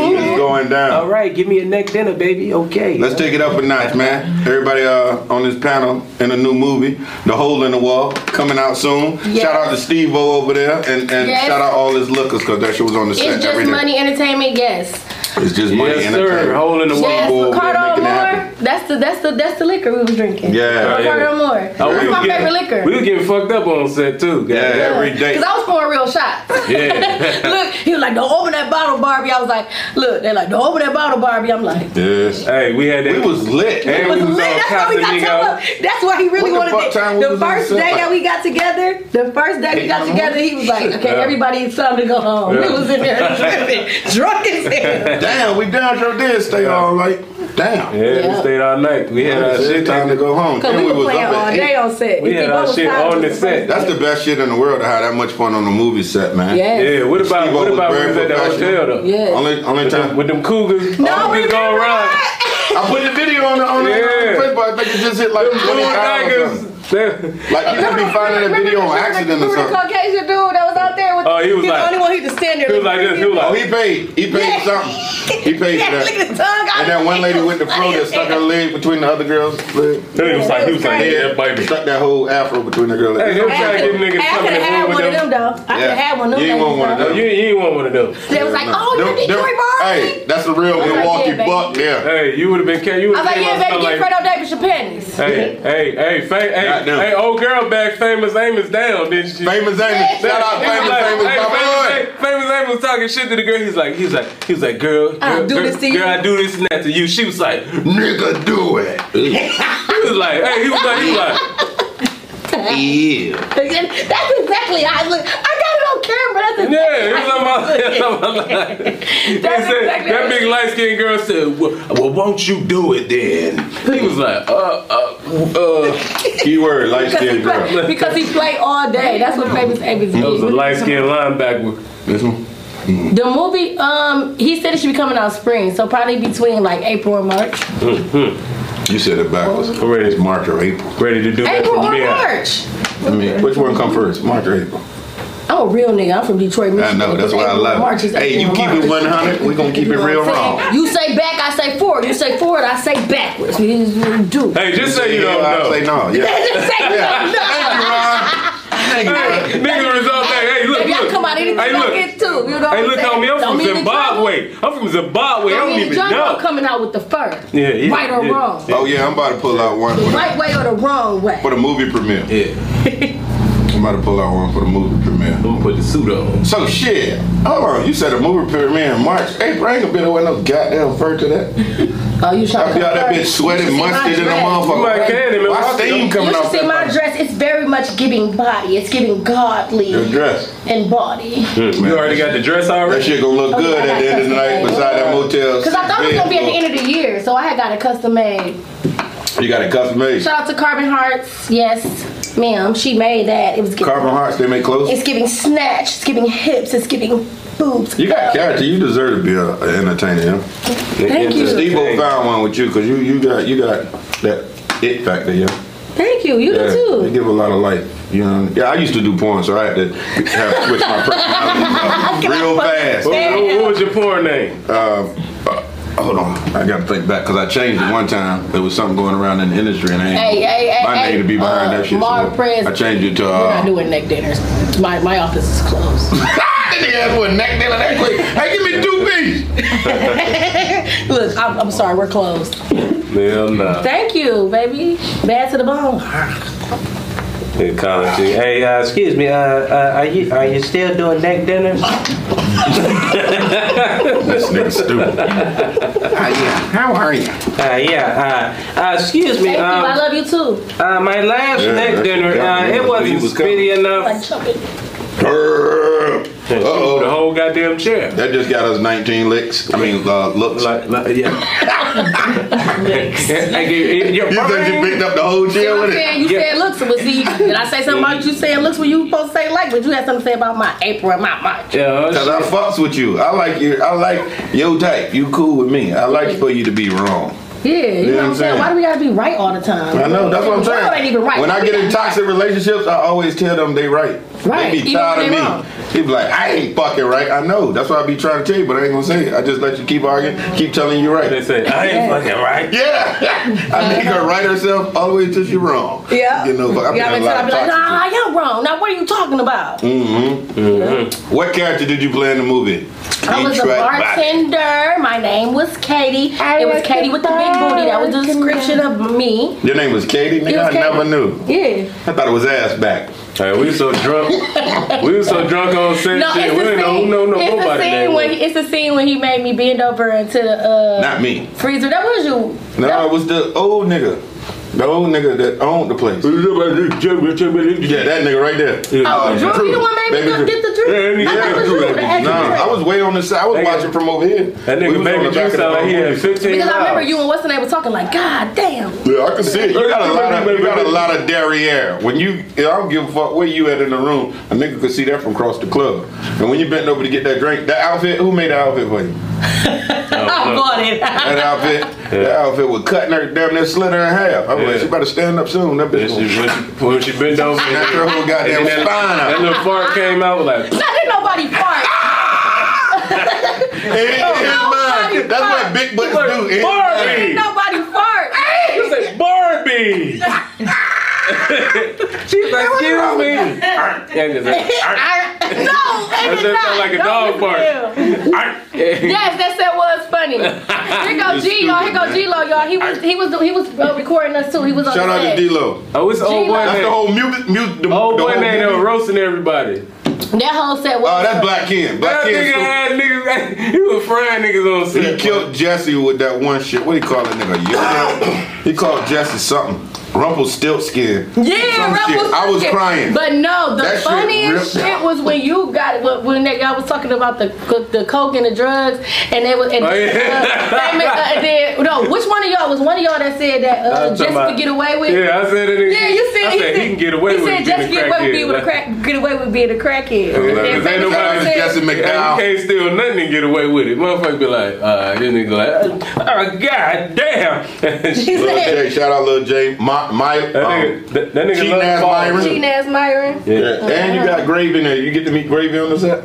Speaker 7: It's going down.
Speaker 6: all right, give me a neck dinner, baby. Okay.
Speaker 7: Let's take it up a notch, man. Everybody uh, on this panel in a new movie, The Hole in the Wall, coming out soon.
Speaker 8: Yes.
Speaker 7: Shout out to Steve O over there, and, and
Speaker 8: Yes.
Speaker 7: shout out all his lookers because that shit was on the set
Speaker 8: It's
Speaker 7: every
Speaker 8: just
Speaker 7: day.
Speaker 8: money entertainment. Yes.
Speaker 7: It's just money.
Speaker 6: yes,
Speaker 7: entertainment.
Speaker 6: sir. Hole in the wall.
Speaker 8: Yes,
Speaker 7: boy, we're
Speaker 8: Ricardo
Speaker 7: making it
Speaker 8: Moore.
Speaker 7: happen.
Speaker 8: That's the that's the that's the liquor we was drinking.
Speaker 7: Yeah.
Speaker 8: Ricardo Moore.
Speaker 6: Oh, we
Speaker 8: That's
Speaker 6: was
Speaker 8: my
Speaker 6: getting-
Speaker 8: favorite liquor.
Speaker 6: We were getting fucked up on set too.
Speaker 7: Yeah,
Speaker 6: guys.
Speaker 7: every day.
Speaker 8: Cause I was pouring real shots.
Speaker 6: Yeah.
Speaker 8: look, he was like, "Don't open that bottle, Barbie." I was like, "Look," they're like, "Don't open that bottle, Barbie." I'm like,
Speaker 7: Yes.
Speaker 6: Hey, we had that.
Speaker 7: We was lit.
Speaker 6: Hey,
Speaker 8: "It was lit." That's why we got
Speaker 6: Casamigo.
Speaker 8: together. That's why he really
Speaker 7: What the
Speaker 8: wanted
Speaker 7: fuck time we
Speaker 8: it. The
Speaker 7: was on
Speaker 8: first
Speaker 7: set?
Speaker 8: day that we got together, the first day we got together, he was like, "Okay,
Speaker 6: Yeah.
Speaker 8: everybody, it's time to go home."
Speaker 6: Yeah.
Speaker 8: We was in there tripping, drunk as hell.
Speaker 7: Damn, we down there did stay all night. Damn.
Speaker 6: Yeah, we
Speaker 8: Yeah.
Speaker 6: stayed all night. We had our
Speaker 7: It's
Speaker 6: shit.
Speaker 7: time to go home.
Speaker 8: Cause
Speaker 7: Then
Speaker 8: we were
Speaker 7: was
Speaker 8: playing
Speaker 7: up at
Speaker 8: all
Speaker 7: eight.
Speaker 8: day on set.
Speaker 6: We
Speaker 8: You
Speaker 6: had
Speaker 8: think
Speaker 6: our
Speaker 8: what was
Speaker 6: shit
Speaker 8: time
Speaker 6: on
Speaker 8: was
Speaker 6: the
Speaker 8: it?
Speaker 6: set.
Speaker 7: That's the best shit in the world to have that much fun on a movie set, man.
Speaker 8: Yes.
Speaker 6: Yeah. What about
Speaker 7: Steve-O
Speaker 6: what
Speaker 7: was
Speaker 6: about when we
Speaker 7: very
Speaker 6: was at the
Speaker 7: professional.
Speaker 6: hotel though?
Speaker 8: Yeah.
Speaker 7: Only, only time.
Speaker 6: With them cougars. Oh, all
Speaker 8: No,
Speaker 6: niggas
Speaker 8: we
Speaker 6: all
Speaker 8: never
Speaker 6: around.
Speaker 7: I put the video on the on the
Speaker 6: Yeah.
Speaker 7: Facebook. I think it just hit like
Speaker 6: Them blue
Speaker 7: 20,000 or something.
Speaker 6: niggas. They-
Speaker 7: Like you could be finding that video on accident or
Speaker 8: Remember the
Speaker 7: something.
Speaker 8: Caucasian dude that was out there with.
Speaker 6: Oh, he was
Speaker 8: he's
Speaker 6: like-
Speaker 8: the only one who just stand there.
Speaker 6: He was like this. He was
Speaker 7: Oh,
Speaker 6: like.
Speaker 7: he paid. He paid something. He paid
Speaker 8: yeah,
Speaker 7: for
Speaker 8: look at
Speaker 7: that.
Speaker 8: his tongue.
Speaker 7: And that one lady with the fro that stuck her leg between the other girl's leg.
Speaker 6: He was like. He was like. Yeah, baby.
Speaker 7: Stuck that whole afro between the girl.
Speaker 6: Hey,
Speaker 7: Hey,
Speaker 6: they was
Speaker 8: I
Speaker 6: trying to get niggas to come
Speaker 8: could
Speaker 6: in the
Speaker 8: have had
Speaker 6: room
Speaker 8: one
Speaker 6: with
Speaker 8: of
Speaker 6: them.
Speaker 8: them though. I could
Speaker 7: Yeah.
Speaker 8: have had one of them.
Speaker 7: You ain't want one of
Speaker 8: ladies,
Speaker 7: them.
Speaker 6: You, you ain't want one of those.
Speaker 8: though. They was like, "Oh, you're Detroit
Speaker 7: Hey,
Speaker 8: Barbie."
Speaker 7: that's a real
Speaker 8: I was like,
Speaker 7: Milwaukee
Speaker 8: yeah, baby.
Speaker 7: buck. Yeah.
Speaker 6: Hey, you would have been. ca- You would
Speaker 8: I was
Speaker 6: have
Speaker 8: like,
Speaker 6: came
Speaker 8: "Yeah,
Speaker 6: out
Speaker 8: baby,
Speaker 6: something
Speaker 8: get
Speaker 6: like.
Speaker 8: Fredo Davis your panties."
Speaker 6: Hey, hey, hey, fa- hey,
Speaker 7: Goddamn.
Speaker 6: hey, old girl back, famous aim is down, didn't she?
Speaker 7: Famous Amy. Shout out
Speaker 6: He was
Speaker 7: famous
Speaker 6: like,
Speaker 7: Amos.
Speaker 6: hey,
Speaker 7: My boy.
Speaker 6: famous, famous Amos was talking shit to the girl. He's like, he's like, he's like, girl, girl,
Speaker 8: I'll do
Speaker 6: girl,
Speaker 8: this to you.
Speaker 6: girl, I do this and that to you. She was like, he
Speaker 7: Nigga, do it.
Speaker 6: was like, hey, he was like, he was like,
Speaker 7: Yeah.
Speaker 8: And That's exactly how I look. I got it on camera. That's exactly
Speaker 6: yeah, he was
Speaker 8: how
Speaker 6: on
Speaker 8: I
Speaker 6: my,
Speaker 8: look.
Speaker 6: he was on my line. He
Speaker 8: That's
Speaker 6: said-
Speaker 8: exactly
Speaker 6: That
Speaker 8: how-
Speaker 6: big light skinned girl said, well, well, won't you do it then? He was like, uh, uh, uh.
Speaker 7: Keyword light
Speaker 8: Because he
Speaker 7: skinned girl.
Speaker 8: play- Because he played all day. That's what famous Avis did.
Speaker 6: That was a light skinned linebacker.
Speaker 7: This one.
Speaker 8: The movie, um, he said it should be coming out spring, so probably between like April and March.
Speaker 7: You said it backwards.
Speaker 6: Correct.
Speaker 7: It's March or April.
Speaker 6: Ready to do that
Speaker 8: April
Speaker 6: for
Speaker 8: or
Speaker 6: me.
Speaker 8: March.
Speaker 7: I mean, which one come first? March or April?
Speaker 8: I'm a real nigga. I'm from Detroit,
Speaker 7: I
Speaker 8: Michigan.
Speaker 7: know, that's why I
Speaker 8: April and
Speaker 7: love
Speaker 8: March
Speaker 7: it.
Speaker 8: is
Speaker 7: Hey,
Speaker 8: April
Speaker 7: you
Speaker 8: and
Speaker 7: keep it
Speaker 8: March.
Speaker 7: 100, we gonna keep it real
Speaker 8: You know what I'm
Speaker 7: wrong.
Speaker 8: saying? You say back, I say forward. You say forward, I say backwards. We just do.
Speaker 6: Hey, just say you don't
Speaker 7: I say
Speaker 6: know.
Speaker 7: no, yeah.
Speaker 8: Just say no, no.
Speaker 7: Thank you, Ron. Thank you, Ron.
Speaker 6: Nigga result, hey, hey, look,
Speaker 8: Baby, I
Speaker 6: look.
Speaker 8: come out of ladies
Speaker 6: Hey,
Speaker 8: don't
Speaker 6: look.
Speaker 8: get too. You know what
Speaker 6: Hey,
Speaker 8: I'm
Speaker 6: look,
Speaker 8: saying?
Speaker 6: homie,
Speaker 8: Don't
Speaker 6: I'm
Speaker 8: mean
Speaker 6: from
Speaker 8: to
Speaker 6: Zimbabwe. I'm from Zimbabwe. I
Speaker 8: Jungle.
Speaker 6: don't
Speaker 8: mean
Speaker 6: even
Speaker 8: jungle
Speaker 6: know.
Speaker 8: coming out with the fur.
Speaker 6: Yeah, yeah,
Speaker 8: Right or
Speaker 6: yeah.
Speaker 8: wrong.
Speaker 7: Oh yeah, I'm about to pull out one
Speaker 8: The
Speaker 7: for the,
Speaker 8: right way or the wrong way.
Speaker 7: for the movie premiere.
Speaker 6: Yeah,
Speaker 7: I'm about to pull out one for the movie premiere.
Speaker 6: I'm gonna put the suit on.
Speaker 7: So shit, hold on. You said a movie premiere in March. April ain't gonna be no no goddamn fur to that.
Speaker 8: Oh, you trying
Speaker 7: Y'all
Speaker 8: to
Speaker 7: that bitch
Speaker 8: You
Speaker 7: sweating,
Speaker 8: should see my
Speaker 7: musty than a
Speaker 8: dress.
Speaker 7: motherfucker.
Speaker 6: You like candy, man.
Speaker 7: Why steam
Speaker 8: You
Speaker 7: coming
Speaker 8: should
Speaker 7: off
Speaker 8: see
Speaker 7: that
Speaker 8: my
Speaker 7: motherfucker?
Speaker 8: dress. It's very much giving body. It's giving godly
Speaker 7: Your dress.
Speaker 8: and body.
Speaker 6: You already got the dress
Speaker 7: That
Speaker 6: already.
Speaker 7: shit gonna look
Speaker 8: Oh,
Speaker 7: good
Speaker 8: yeah, I
Speaker 7: at the
Speaker 8: got
Speaker 7: end of the night
Speaker 8: custom
Speaker 7: beside that motel.
Speaker 8: Cause I thought it was gonna be at the end of the year, so I had got a custom made.
Speaker 7: You got a custom made.
Speaker 8: Shout out to Carbon Hearts. Yes, ma'am. She made that. It was giving.
Speaker 7: Carbon hearts, they make clothes.
Speaker 8: It's giving snatch. It's giving hips. It's giving boobs.
Speaker 7: You got character. You deserve to be a, a entertainer. Yeah?
Speaker 8: Thank you.
Speaker 7: Steve found one with you because you you got you got that it factor. Yeah.
Speaker 8: Thank you. You
Speaker 7: Yeah,
Speaker 8: do
Speaker 7: They
Speaker 8: too.
Speaker 7: give a lot of life. You know. Yeah, I used to do porn, so I had to have to switch my personality up real fast.
Speaker 6: What, what- what was your porn name?
Speaker 7: Um, uh, hold on, I gotta think back because I changed it one time. There was something going around in the industry, and I ain't
Speaker 8: Hey, hey, hey,
Speaker 7: my
Speaker 8: hey,
Speaker 7: name to be behind
Speaker 8: uh,
Speaker 7: that shit.
Speaker 8: Marv
Speaker 7: so
Speaker 8: Prez-
Speaker 7: I changed it to.
Speaker 8: We're not
Speaker 7: Uh,
Speaker 8: doing neck dinners. My my office is closed.
Speaker 7: that nigga ass with a neck down that quick. Hey, give me two piece.
Speaker 8: Look, I'm, I'm sorry. We're closed.
Speaker 6: Hell nah.
Speaker 8: Thank you, baby. Bad to the bone.
Speaker 6: Hey, Colin, G. Hey, uh, excuse me. Uh, uh, are you are you still doing neck Uh, dinners?
Speaker 7: This nigga stupid. How you? How are you?
Speaker 6: Uh, yeah. Uh, uh, excuse me.
Speaker 8: Thank you. I
Speaker 6: Um,
Speaker 8: love you too.
Speaker 6: uh, my last
Speaker 7: Yeah,
Speaker 6: neck
Speaker 7: that's-
Speaker 6: dinner,
Speaker 7: yeah,
Speaker 6: uh,
Speaker 7: yeah,
Speaker 6: it
Speaker 7: that's where he
Speaker 6: wasn't
Speaker 7: was
Speaker 6: speedy
Speaker 8: Like
Speaker 6: enough.
Speaker 8: chubby.
Speaker 7: Uh
Speaker 6: The
Speaker 7: oh.
Speaker 6: whole goddamn chair.
Speaker 7: That just got us 19 licks. I mean, uh, looks.
Speaker 6: Like, like yeah. Hey, you- you-
Speaker 7: You think you picked up the whole
Speaker 8: You know
Speaker 7: chair
Speaker 8: what I'm
Speaker 7: with it?
Speaker 8: saying? You
Speaker 6: Yeah.
Speaker 8: said looks, but see, did I say something about you saying looks when you supposed to say like, but you had something to say about my April and my March.
Speaker 6: Yeah,
Speaker 7: Cause I fucks with you. I like your I like your type. You cool with me. I like for you to be wrong.
Speaker 8: Yeah, you
Speaker 7: what
Speaker 8: know
Speaker 7: I'm
Speaker 8: what I'm saying?
Speaker 7: saying?
Speaker 8: Why do we gotta be right all the time?
Speaker 7: I know, that's what I'm
Speaker 8: The world ain't
Speaker 7: saying.
Speaker 8: even right.
Speaker 7: When I get in toxic relationships, I always tell them they right.
Speaker 8: Right,
Speaker 7: They be
Speaker 8: even
Speaker 7: tired
Speaker 8: when
Speaker 7: of
Speaker 8: they wrong.
Speaker 7: me. He be like, I ain't fucking right. I know. That's what I be trying to tell you, but I ain't gonna say it. I just let you keep arguing, keep telling you
Speaker 6: They
Speaker 7: right.
Speaker 6: say I ain't fucking right.
Speaker 7: Yeah. I make her right herself all the way till she wrong.
Speaker 8: Yeah.
Speaker 7: You know, but I've
Speaker 8: Yeah,
Speaker 7: been in
Speaker 8: I'm
Speaker 7: a lot
Speaker 8: gonna be
Speaker 7: of
Speaker 8: like,
Speaker 7: toxic.
Speaker 8: nah, you're wrong. Now what are you talking about?
Speaker 7: What character did you play in the movie?
Speaker 8: I was a
Speaker 7: Detroit Body.
Speaker 8: bartender. My name was Katie. it was Katie with the big booty. That was the description of me.
Speaker 7: Your name was Katie?
Speaker 8: It
Speaker 7: Nigga,
Speaker 8: was
Speaker 7: I
Speaker 8: Katie.
Speaker 7: never knew.
Speaker 8: Yeah.
Speaker 7: I thought it was ass back.
Speaker 6: Hey, we so drunk. we was so drunk on set
Speaker 8: No,
Speaker 6: shit.
Speaker 8: it's
Speaker 6: We
Speaker 8: the
Speaker 6: didn't know
Speaker 8: scene.
Speaker 6: no no
Speaker 8: it's the
Speaker 6: nobody
Speaker 8: scene when
Speaker 6: name.
Speaker 8: it's the scene when he made me bend over into the uh,
Speaker 7: Not me.
Speaker 8: freezer. That was you.
Speaker 7: No, it was the old nigga. The old nigga that owned the place. Yeah, that nigga right there.
Speaker 8: Oh, Drew, you the one made
Speaker 7: Baby
Speaker 8: me go
Speaker 7: Drew.
Speaker 8: get the
Speaker 6: Yeah,
Speaker 8: drink. I thought it was
Speaker 7: Drew,
Speaker 8: you,
Speaker 7: that
Speaker 8: the
Speaker 7: nigga.
Speaker 8: extra
Speaker 7: No,
Speaker 8: drink.
Speaker 7: Uh, I was way on the side. I was
Speaker 6: That nigga-
Speaker 7: watching from over here.
Speaker 6: That
Speaker 7: We was
Speaker 6: nigga
Speaker 7: on
Speaker 6: baby
Speaker 7: the back
Speaker 6: juice
Speaker 7: of the
Speaker 6: sound like he had
Speaker 7: boat.
Speaker 6: 15
Speaker 8: Because I remember
Speaker 6: miles.
Speaker 8: you and what's the name were talking like, God damn.
Speaker 7: Yeah, I can see it. You got a lot of
Speaker 6: Baby,
Speaker 7: you got a
Speaker 6: baby.
Speaker 7: lot of derriere. When you, I don't give a fuck where you at in the room. A nigga could see that from across the club. And when you bent over to get that drink, that outfit, who made the outfit for you?
Speaker 8: I bought it.
Speaker 7: That outfit, that outfit was cutting her damn near slit her in half. I was
Speaker 6: Yeah.
Speaker 7: like, she better stand up soon. That
Speaker 6: When
Speaker 7: bitch.
Speaker 6: she,
Speaker 7: gonna
Speaker 6: when, she, when she bent over,
Speaker 7: Snap her whole goddamn
Speaker 6: and that,
Speaker 7: spine out.
Speaker 6: that little fart came out like.
Speaker 8: Not that nobody fart.
Speaker 7: It ain't his
Speaker 8: nobody
Speaker 7: mind. That's what
Speaker 8: fuck.
Speaker 7: big butts do.
Speaker 6: Look,
Speaker 7: It-
Speaker 6: Barbie.
Speaker 8: Nobody fart.
Speaker 6: She said Barbie. She's like, excuse me. Yeah, just like,
Speaker 8: no, it did
Speaker 6: That shit sound
Speaker 8: not.
Speaker 6: like a
Speaker 8: Don't
Speaker 6: dog
Speaker 8: listen
Speaker 6: bark.
Speaker 8: to him. Yes, that said was funny. Here go G, y'all. Here go G Lo, y'all. He was he was he was uh, recording us too. He was on
Speaker 7: Shout
Speaker 8: the
Speaker 7: out to
Speaker 8: set.
Speaker 7: D-Lo.
Speaker 6: oh, it's old boy
Speaker 7: That's the
Speaker 6: name.
Speaker 7: whole music. music the,
Speaker 6: Old
Speaker 7: the
Speaker 6: boy
Speaker 7: whole
Speaker 6: name that was
Speaker 7: music.
Speaker 6: roasting everybody.
Speaker 8: That whole set was.
Speaker 7: Oh, that's Black Ken. Black
Speaker 6: That
Speaker 7: Ken.
Speaker 6: nigga had
Speaker 7: stupid.
Speaker 6: niggas. He was frying niggas on set.
Speaker 7: He killed Jesse with that one shit. What do you call that nigga? Yo, he called Jesse something. Rumpelstiltskin.
Speaker 8: Yeah,
Speaker 7: Some shit.
Speaker 8: Rumpelstiltskin.
Speaker 7: I was crying.
Speaker 8: But no, the
Speaker 7: That shit
Speaker 8: funniest
Speaker 7: ripped.
Speaker 8: shit, was when you got when- when that guy was talking about the the coke and the drugs, and they was and,
Speaker 6: Oh, yeah.
Speaker 8: uh, they made- uh, and then no, which one of y'all was one of y'all that said that
Speaker 6: I'm
Speaker 8: uh,
Speaker 6: talking
Speaker 8: Jessica
Speaker 6: about-
Speaker 8: get away with?
Speaker 6: Yeah, I said it.
Speaker 8: Yeah, you said,
Speaker 6: I said he can get away
Speaker 8: he
Speaker 6: with
Speaker 8: said
Speaker 6: being a
Speaker 8: Jesse get away with being with a
Speaker 6: crackhead.
Speaker 8: crack get away with being a crackhead.
Speaker 6: Yeah, 'cause ain't
Speaker 8: Baby
Speaker 6: nobody-
Speaker 8: Jessica
Speaker 7: Jesse
Speaker 8: said-
Speaker 6: Hey, you
Speaker 7: McDowell.
Speaker 6: can't steal nothing and get away with it. Motherfucker be like, uh, this nigga like, oh, god damn.
Speaker 8: He
Speaker 7: Lil
Speaker 8: said
Speaker 7: J, shout out Lil J. My, my,
Speaker 6: That
Speaker 7: um,
Speaker 6: nigga, that, that nigga
Speaker 7: cheating
Speaker 6: love
Speaker 7: ass
Speaker 6: balls,
Speaker 7: Myron.
Speaker 6: too.
Speaker 8: cheating ass Myron.
Speaker 7: yeah. And you got Gravy in there. You get to meet Gravy on the set?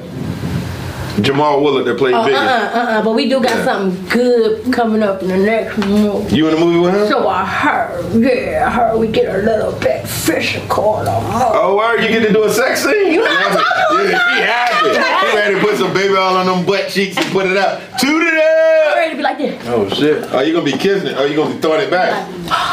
Speaker 7: Jamal Willard that played
Speaker 8: Oh, uh
Speaker 7: Biggie.
Speaker 8: uh uh uh. But we do got
Speaker 7: Yeah.
Speaker 8: something good coming up in the next month.
Speaker 7: You in the movie with him?
Speaker 8: So I heard, yeah, I heard we get a little bit physical on her.
Speaker 7: Oh, word, you get to do a sex scene? You know yeah, He happy. He ready to put some baby all on them butt cheeks and put it out. Toot it
Speaker 8: I'm
Speaker 7: up!
Speaker 8: ready to be like this.
Speaker 6: Oh shit.
Speaker 7: Are you gonna be kissing it? Or you gonna be throwing it back?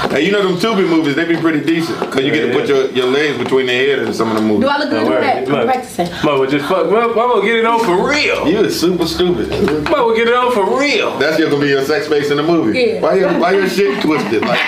Speaker 7: Hey, you know them Tubi movies, they be pretty decent. Cause you get to put your, your legs between the head in some of the
Speaker 8: Do
Speaker 7: movies.
Speaker 8: I look good
Speaker 6: Oh,
Speaker 8: doing
Speaker 6: word.
Speaker 8: that?
Speaker 6: Look.
Speaker 8: I'm practicing.
Speaker 6: Mama just fuck me up. Mama get it on for real.
Speaker 7: You is super stupid.
Speaker 6: Mama get it on for real.
Speaker 7: That's just gonna be your sex face in the movie.
Speaker 8: Yeah.
Speaker 7: Why your why your shit twisted? Like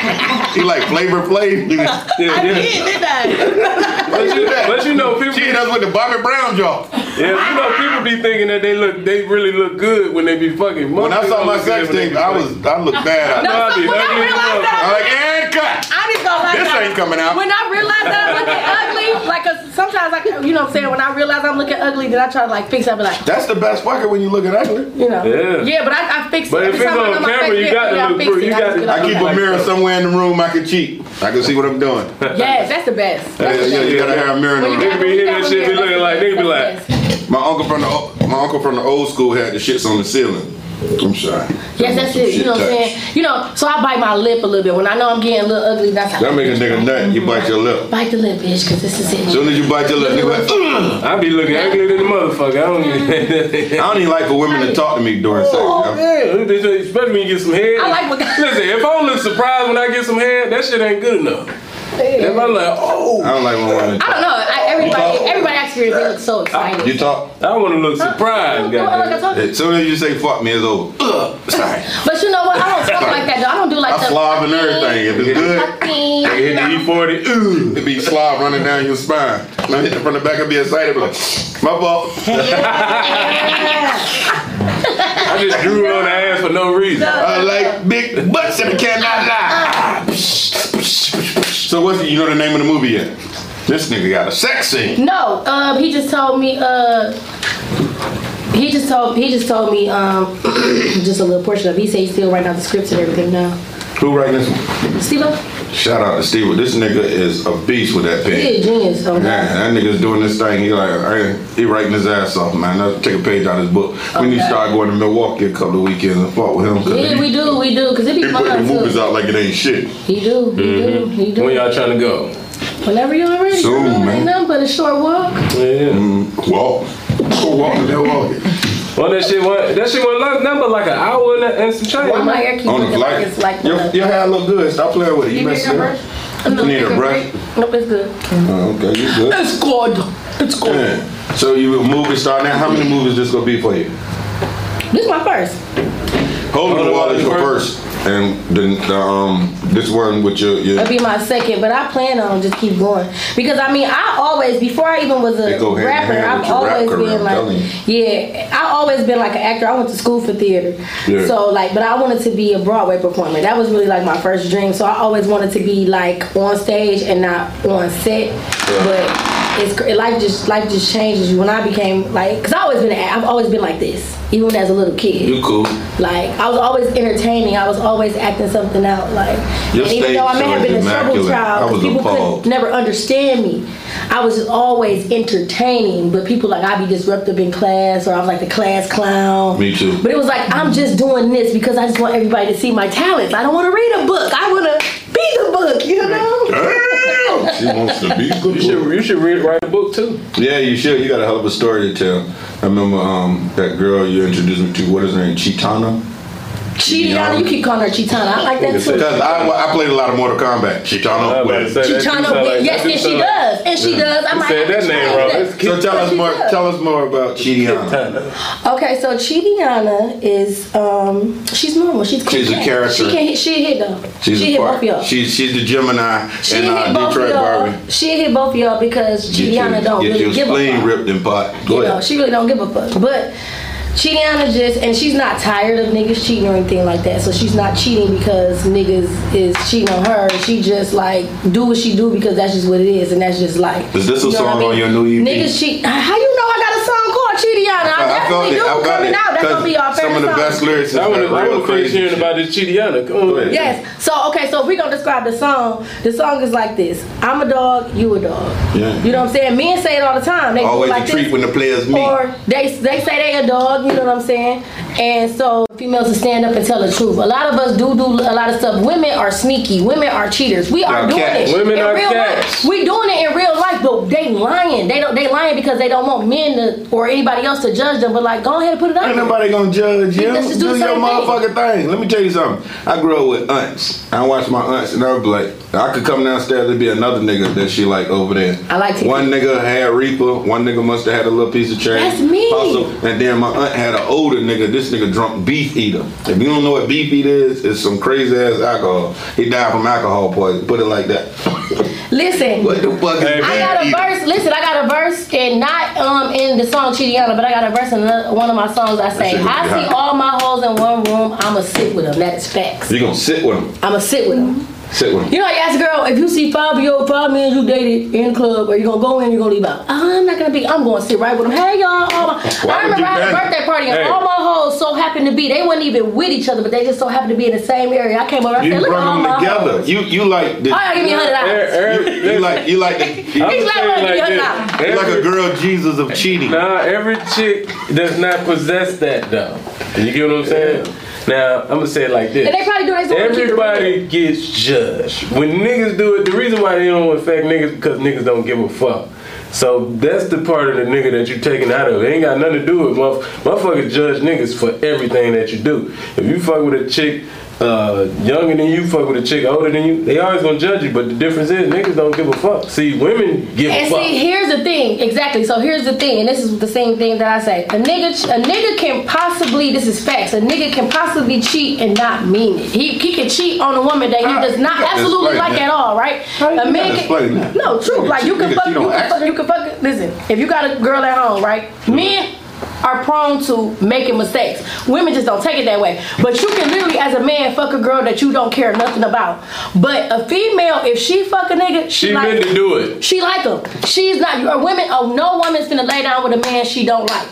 Speaker 7: he like flavor Flav.
Speaker 6: Yeah, yeah.
Speaker 8: did I?
Speaker 7: Why you do
Speaker 6: But
Speaker 7: that?
Speaker 6: you know people
Speaker 7: She hit us with the Bobby Brown jaw.
Speaker 6: Yeah, you know people be thinking that they look they really look good when they be fucking
Speaker 7: When I saw my sex tape, I was I looked bad.
Speaker 8: No,
Speaker 7: I,
Speaker 6: I'll
Speaker 8: so
Speaker 6: be
Speaker 8: when I
Speaker 6: ugly as fuck.
Speaker 8: realized that
Speaker 7: I like and cut.
Speaker 8: I just gonna lie.
Speaker 7: This
Speaker 8: to you.
Speaker 7: ain't coming out.
Speaker 8: When I realize that I'm looking ugly, like, 'cause sometimes I, you know what I'm saying, when I realize I'm looking ugly, then I try to like fix it. I be like,
Speaker 7: That's the best fucker when you looking ugly.
Speaker 8: you know.
Speaker 6: Yeah.
Speaker 8: but I, I fix it.
Speaker 6: But if
Speaker 8: Every
Speaker 6: it's
Speaker 8: time I
Speaker 6: on
Speaker 8: know my
Speaker 6: camera,
Speaker 8: face
Speaker 6: you
Speaker 8: is
Speaker 6: gotta
Speaker 8: ugly, I
Speaker 6: look
Speaker 8: fix
Speaker 6: pretty.
Speaker 8: it.
Speaker 6: You
Speaker 8: I just
Speaker 6: gotta-
Speaker 8: be like,
Speaker 7: I keep a
Speaker 8: okay.
Speaker 7: mirror somewhere in the room I can cheat. I can see what I'm doing.
Speaker 8: Yes, that's the best.
Speaker 7: Yeah, yeah, you gotta have a mirror in the
Speaker 8: When you
Speaker 7: room.
Speaker 8: got-
Speaker 6: Nigga be
Speaker 8: when you
Speaker 6: hitting
Speaker 8: got
Speaker 6: that shit, be
Speaker 8: one
Speaker 6: looking
Speaker 8: mirror,
Speaker 6: like- they be like-
Speaker 8: that's the best.
Speaker 7: My uncle from the o- my uncle from the old school had the shits on the ceiling. I'm sorry.
Speaker 8: Yes, that's it. You know what I'm saying? You know, so I bite my lip a little bit. When I know I'm getting a little ugly, that's how
Speaker 7: That make a nigga nut. You bite your lip.
Speaker 8: bite the lip, bitch, because this is
Speaker 7: As
Speaker 8: it.
Speaker 7: soon as you bite your lip, nigga like. "Ugh."
Speaker 6: I be looking ugly than the motherfucker. I don't even.
Speaker 7: I don't even like for women to talk to me during sex. I'm-
Speaker 6: Yeah, they say, especially when you get some head.
Speaker 8: Oh, I like what-
Speaker 6: Listen, if I don't look surprised when I get some head, that shit ain't good enough. If
Speaker 8: Yeah.
Speaker 6: I'm like, oh,
Speaker 7: I don't like when women.
Speaker 8: I
Speaker 7: Talk.
Speaker 8: don't know. I, everybody, everybody actually really looks so excited.
Speaker 7: You talk.
Speaker 6: I want to look surprised,
Speaker 8: Don't- don't look
Speaker 6: goddamn.
Speaker 8: at your-
Speaker 7: As soon as you say fuck me, it's over. Ugh, sorry.
Speaker 8: But you know what? I don't talk like that. Though. I don't do like
Speaker 7: I
Speaker 8: the
Speaker 7: slob and everything. If it's good,
Speaker 6: They Hit the E E40. Ooh.
Speaker 7: it be slob running down your spine. When I hit it from the back, I'd be excited. Be like, my fault.
Speaker 6: I just drew her on the ass for no reason.
Speaker 7: I like big butts and I cannot lie. So what's you know the name of the movie yet? This nigga got a sex scene.
Speaker 8: No, um, he just told me. Uh, he just told he just told me um, just a little portion of. It. He said he's still writing out the scripts and everything now.
Speaker 7: Who writing this one?
Speaker 8: Steve,
Speaker 7: Shout out to Steve. This nigga is a beast with that
Speaker 8: he
Speaker 7: pen.
Speaker 8: a genius. So
Speaker 7: Man, that nigga's doing this thing. He like, I, he writing his ass off, man. Let's take a page out of his book. We need to
Speaker 8: Okay.
Speaker 7: start going to Milwaukee a couple of weekends and fuck with him. 'cause
Speaker 8: yeah,
Speaker 7: he-
Speaker 8: we do, we do, cause it be
Speaker 7: He
Speaker 8: fun
Speaker 7: putting the
Speaker 8: too.
Speaker 7: movies out like it ain't shit.
Speaker 8: He do, he do, he do.
Speaker 6: When y'all trying to go?
Speaker 8: Whenever you're ready,
Speaker 7: Mm-hmm. Soon,
Speaker 8: girl,
Speaker 7: man.
Speaker 8: ain't nothing but a short walk.
Speaker 6: Yeah.
Speaker 7: Mm, Walk. Go walk to Milwaukee.
Speaker 6: Well, Oh, that shit went. That shit went like number like an hour and, and some change.
Speaker 8: Why my hair keep
Speaker 7: On the
Speaker 8: looking like
Speaker 7: flight.
Speaker 8: it's like
Speaker 7: your, your hair look good. Stop playing with it. You, messing it up.
Speaker 8: No,
Speaker 7: need a
Speaker 8: take
Speaker 7: break?
Speaker 8: break. Nope, it's good.
Speaker 7: Oh, okay, you good.
Speaker 8: It's good. It's good.
Speaker 7: Yeah. So you a movie star now. How many movies this gonna be for you?
Speaker 8: This is my first.
Speaker 7: Hold on,
Speaker 6: Hold
Speaker 7: Water
Speaker 6: on,
Speaker 7: is your
Speaker 6: first.
Speaker 7: first, and then the, um this one with your, your
Speaker 8: That'll be my second, but I plan on just keep going because I mean I always before I even was a
Speaker 7: It go hand in
Speaker 8: rapper,
Speaker 7: hand
Speaker 8: I've
Speaker 7: with your rap
Speaker 8: always
Speaker 7: career, I'm
Speaker 8: been
Speaker 7: telling
Speaker 8: like yeah, I've always been like an actor. I went to school for theater,
Speaker 7: Yeah.
Speaker 8: so like, but I wanted to be a Broadway performer. That was really like my first dream. So I always wanted to be like on stage and not on set, but it's cr- life just life just changes you. When I became like, cause I always been a- I've always been like this, even as a little kid.
Speaker 7: you cool.
Speaker 8: Like I was always entertaining. I was always acting something out. Like
Speaker 7: Your
Speaker 8: and even
Speaker 7: stage
Speaker 8: though I may
Speaker 7: show
Speaker 8: have
Speaker 7: is
Speaker 8: been a trouble
Speaker 7: immaculate. I
Speaker 8: child,
Speaker 7: was
Speaker 8: because people
Speaker 7: appalled.
Speaker 8: could never understand me. I was just always entertaining, but people like I'd be disruptive in class, or I was like the class clown.
Speaker 7: Me too.
Speaker 8: But it was like I'm just doing this because I just want everybody to see my talents. I don't want to read a book. I want to be the book. You know.
Speaker 7: Damn, she wants to be
Speaker 6: You should. You should read write a book too.
Speaker 7: Yeah, you should. You got a hell of a story to tell. I remember um that girl you introduced me to. What is her name? Chitana.
Speaker 8: Chitana, you keep calling her Chitana. I like that
Speaker 7: Because
Speaker 8: too.
Speaker 7: I, I played a lot of Mortal
Speaker 6: I
Speaker 7: Kombat. Chitana.
Speaker 6: was about to say,
Speaker 7: West.
Speaker 6: that do
Speaker 8: Chitana,
Speaker 6: sound like- that
Speaker 8: yes,
Speaker 6: do
Speaker 8: and
Speaker 6: sound
Speaker 8: she
Speaker 6: like-
Speaker 8: does, and she does. I'm
Speaker 6: You
Speaker 8: like,
Speaker 6: said
Speaker 8: I
Speaker 6: that
Speaker 8: can
Speaker 6: name
Speaker 8: change
Speaker 6: wrong.
Speaker 8: that.
Speaker 6: That's
Speaker 7: So tell us
Speaker 8: She
Speaker 7: more.
Speaker 8: does.
Speaker 7: Tell us more about Chitana.
Speaker 8: Okay, so Chidiana is um she's normal. She's cool.
Speaker 7: She's a
Speaker 8: cat.
Speaker 7: character.
Speaker 8: She can hit she hit though.
Speaker 7: She's
Speaker 8: she
Speaker 7: a
Speaker 8: hit
Speaker 7: part-
Speaker 8: both of y'all.
Speaker 7: She's she's the Gemini
Speaker 8: She
Speaker 7: and
Speaker 8: hit
Speaker 7: uh,
Speaker 8: both of
Speaker 7: Detroit
Speaker 8: y'all.
Speaker 7: Barbie.
Speaker 8: She hit both of y'all because Chidiana don't
Speaker 7: get
Speaker 8: really
Speaker 7: your
Speaker 8: give a
Speaker 7: spleen
Speaker 8: fuck.
Speaker 7: ripped in pot. Go
Speaker 8: You know,
Speaker 7: ahead.
Speaker 8: she really don't give a fuck. But Chidiana just and she's not tired of niggas cheating or anything like that. So she's not cheating because niggas is cheating on her. She just like do what she do because that's just what it is and that's just like.
Speaker 7: Is this a
Speaker 8: you know what
Speaker 7: song
Speaker 8: I mean?
Speaker 7: on your new EP?
Speaker 8: Niggas cheat. How you know I got a song called Cheating out. And I,
Speaker 7: I felt
Speaker 8: definitely
Speaker 7: it.
Speaker 8: do
Speaker 7: I felt
Speaker 8: coming
Speaker 7: it.
Speaker 8: out. That's gonna be our
Speaker 7: 'Cause
Speaker 8: favorite
Speaker 7: Some of the
Speaker 8: song.
Speaker 7: best lyrics.
Speaker 6: I
Speaker 7: is
Speaker 6: want to
Speaker 7: that
Speaker 6: finish
Speaker 7: real crazy.
Speaker 6: hearing about this Chidiana. Come on.
Speaker 7: Go ahead.
Speaker 8: Yes. So okay, so if we gonna describe the song, the song is like this. I'm a dog, you a dog.
Speaker 7: Yeah.
Speaker 8: You know what I'm saying? Men say it all the time. They do it
Speaker 7: Always
Speaker 8: like
Speaker 7: a treat
Speaker 8: this.
Speaker 7: when the players meet.
Speaker 8: Or they they say they a dog, you know what I'm saying? And so females to stand up and tell the truth. A lot of us do do a lot of stuff. Women are sneaky. Women are cheaters. We are
Speaker 7: Y'all
Speaker 8: doing
Speaker 7: cats.
Speaker 8: it.
Speaker 6: Women
Speaker 8: in
Speaker 6: are
Speaker 8: real
Speaker 6: cats.
Speaker 8: Life. We doing it in real life, but they lying. They don't. They lying because they don't want men to, or anybody else to judge them. But like, go ahead and put it up.
Speaker 7: Ain't nobody gonna judge you.
Speaker 8: Let's just do
Speaker 7: do
Speaker 8: the
Speaker 7: your
Speaker 8: same thing.
Speaker 7: motherfucking thing. Let me tell you something. I grew up with aunts. I watched my aunts, and I was like, I could come downstairs. There'd be another nigga that she like over there.
Speaker 8: I like to-
Speaker 7: One nigga had Reaper. One nigga must have had a little piece of change.
Speaker 8: That's me.
Speaker 7: Also, and then my aunt had an older nigga. This nigga drunk beef eater. If you don't know what beef eater is, it's some crazy ass alcohol. He died from alcohol poison. Put it like that.
Speaker 8: Listen.
Speaker 7: what the fuck is
Speaker 6: Hey,
Speaker 7: beef
Speaker 8: I got a
Speaker 7: eater?
Speaker 8: verse. Listen, I got a verse, and not um in the song Chidiana, but I got a verse in another, one of my songs. I say,
Speaker 7: shit gonna
Speaker 8: I
Speaker 7: be
Speaker 8: see
Speaker 7: hot.
Speaker 8: all my hoes in one room. I'ma sit with them. That is facts.
Speaker 7: You gonna sit with him?
Speaker 8: I'ma sit with them.
Speaker 7: Sit with him.
Speaker 8: You know, you ask a girl if you see five year old five men you dated in the club, are you gonna go in? You gonna leave out? I'm not gonna be. I'm gonna sit right with them. Hey y'all, all my,
Speaker 7: Why
Speaker 8: I
Speaker 7: would
Speaker 8: remember
Speaker 7: you
Speaker 8: I had a
Speaker 7: bang?
Speaker 8: birthday party and
Speaker 6: Hey.
Speaker 8: all my hoes so happened to be. They weren't even with each other, but they just so happened to be in the same area. I came over. I
Speaker 7: You
Speaker 8: said, look at all
Speaker 7: brought
Speaker 8: my
Speaker 7: them together.
Speaker 8: hoes.
Speaker 7: You you like the.
Speaker 8: Oh, y'all give me a hundred dollars.
Speaker 6: Every,
Speaker 7: You like you like the,
Speaker 6: I'm
Speaker 8: He's like,
Speaker 6: saying
Speaker 8: "Look, you're
Speaker 6: this.
Speaker 8: not."
Speaker 7: You're like
Speaker 6: Every-
Speaker 7: a girl Jesus of cheating.
Speaker 6: Nah, every chick does not possess that though. You get what I'm saying? Now I'm gonna say it like this.
Speaker 8: And they probably do that so they can keep it
Speaker 6: Everybody gets judged when niggas do it. The reason why they don't affect niggas because niggas don't give a fuck. So that's the part of the nigga that you're taking out of it. Ain't got nothing to do with motherf- motherfuckers judge niggas for everything that you do. If you fuck with a chick uh, younger than you, fuck with a chick older than you, they always gonna judge you. But the difference is niggas don't give a fuck. See, women give a
Speaker 8: And
Speaker 6: fuck.
Speaker 8: see, here's the thing. Exactly. So here's the thing, and this is the same thing that I say. A nigga, a nigga can possibly. This is facts. A nigga can possibly cheat and not mean it. He, he can cheat on a woman that he
Speaker 7: How?
Speaker 8: does not
Speaker 7: You gotta
Speaker 8: absolutely
Speaker 7: explain
Speaker 8: like
Speaker 7: that.
Speaker 8: at all, right?
Speaker 7: you
Speaker 8: A
Speaker 7: gotta
Speaker 8: man
Speaker 7: explain that?
Speaker 8: can. No, true.
Speaker 7: Nigga
Speaker 8: like you
Speaker 7: cheat-
Speaker 8: can
Speaker 7: nigga
Speaker 8: fuck. You
Speaker 7: cheat on
Speaker 8: can fuck.
Speaker 7: accident?
Speaker 8: You can fuck. Listen, if you got a girl at home, right? Men are prone to making mistakes. Women just don't take it that way. But you can literally, as a man, fuck a girl that you don't care nothing about. But a female, if she fuck a nigga, she,
Speaker 6: she
Speaker 8: like,
Speaker 6: meant to do it.
Speaker 8: she like him. She's not. A women. Oh, no woman's gonna lay down with a man she don't like.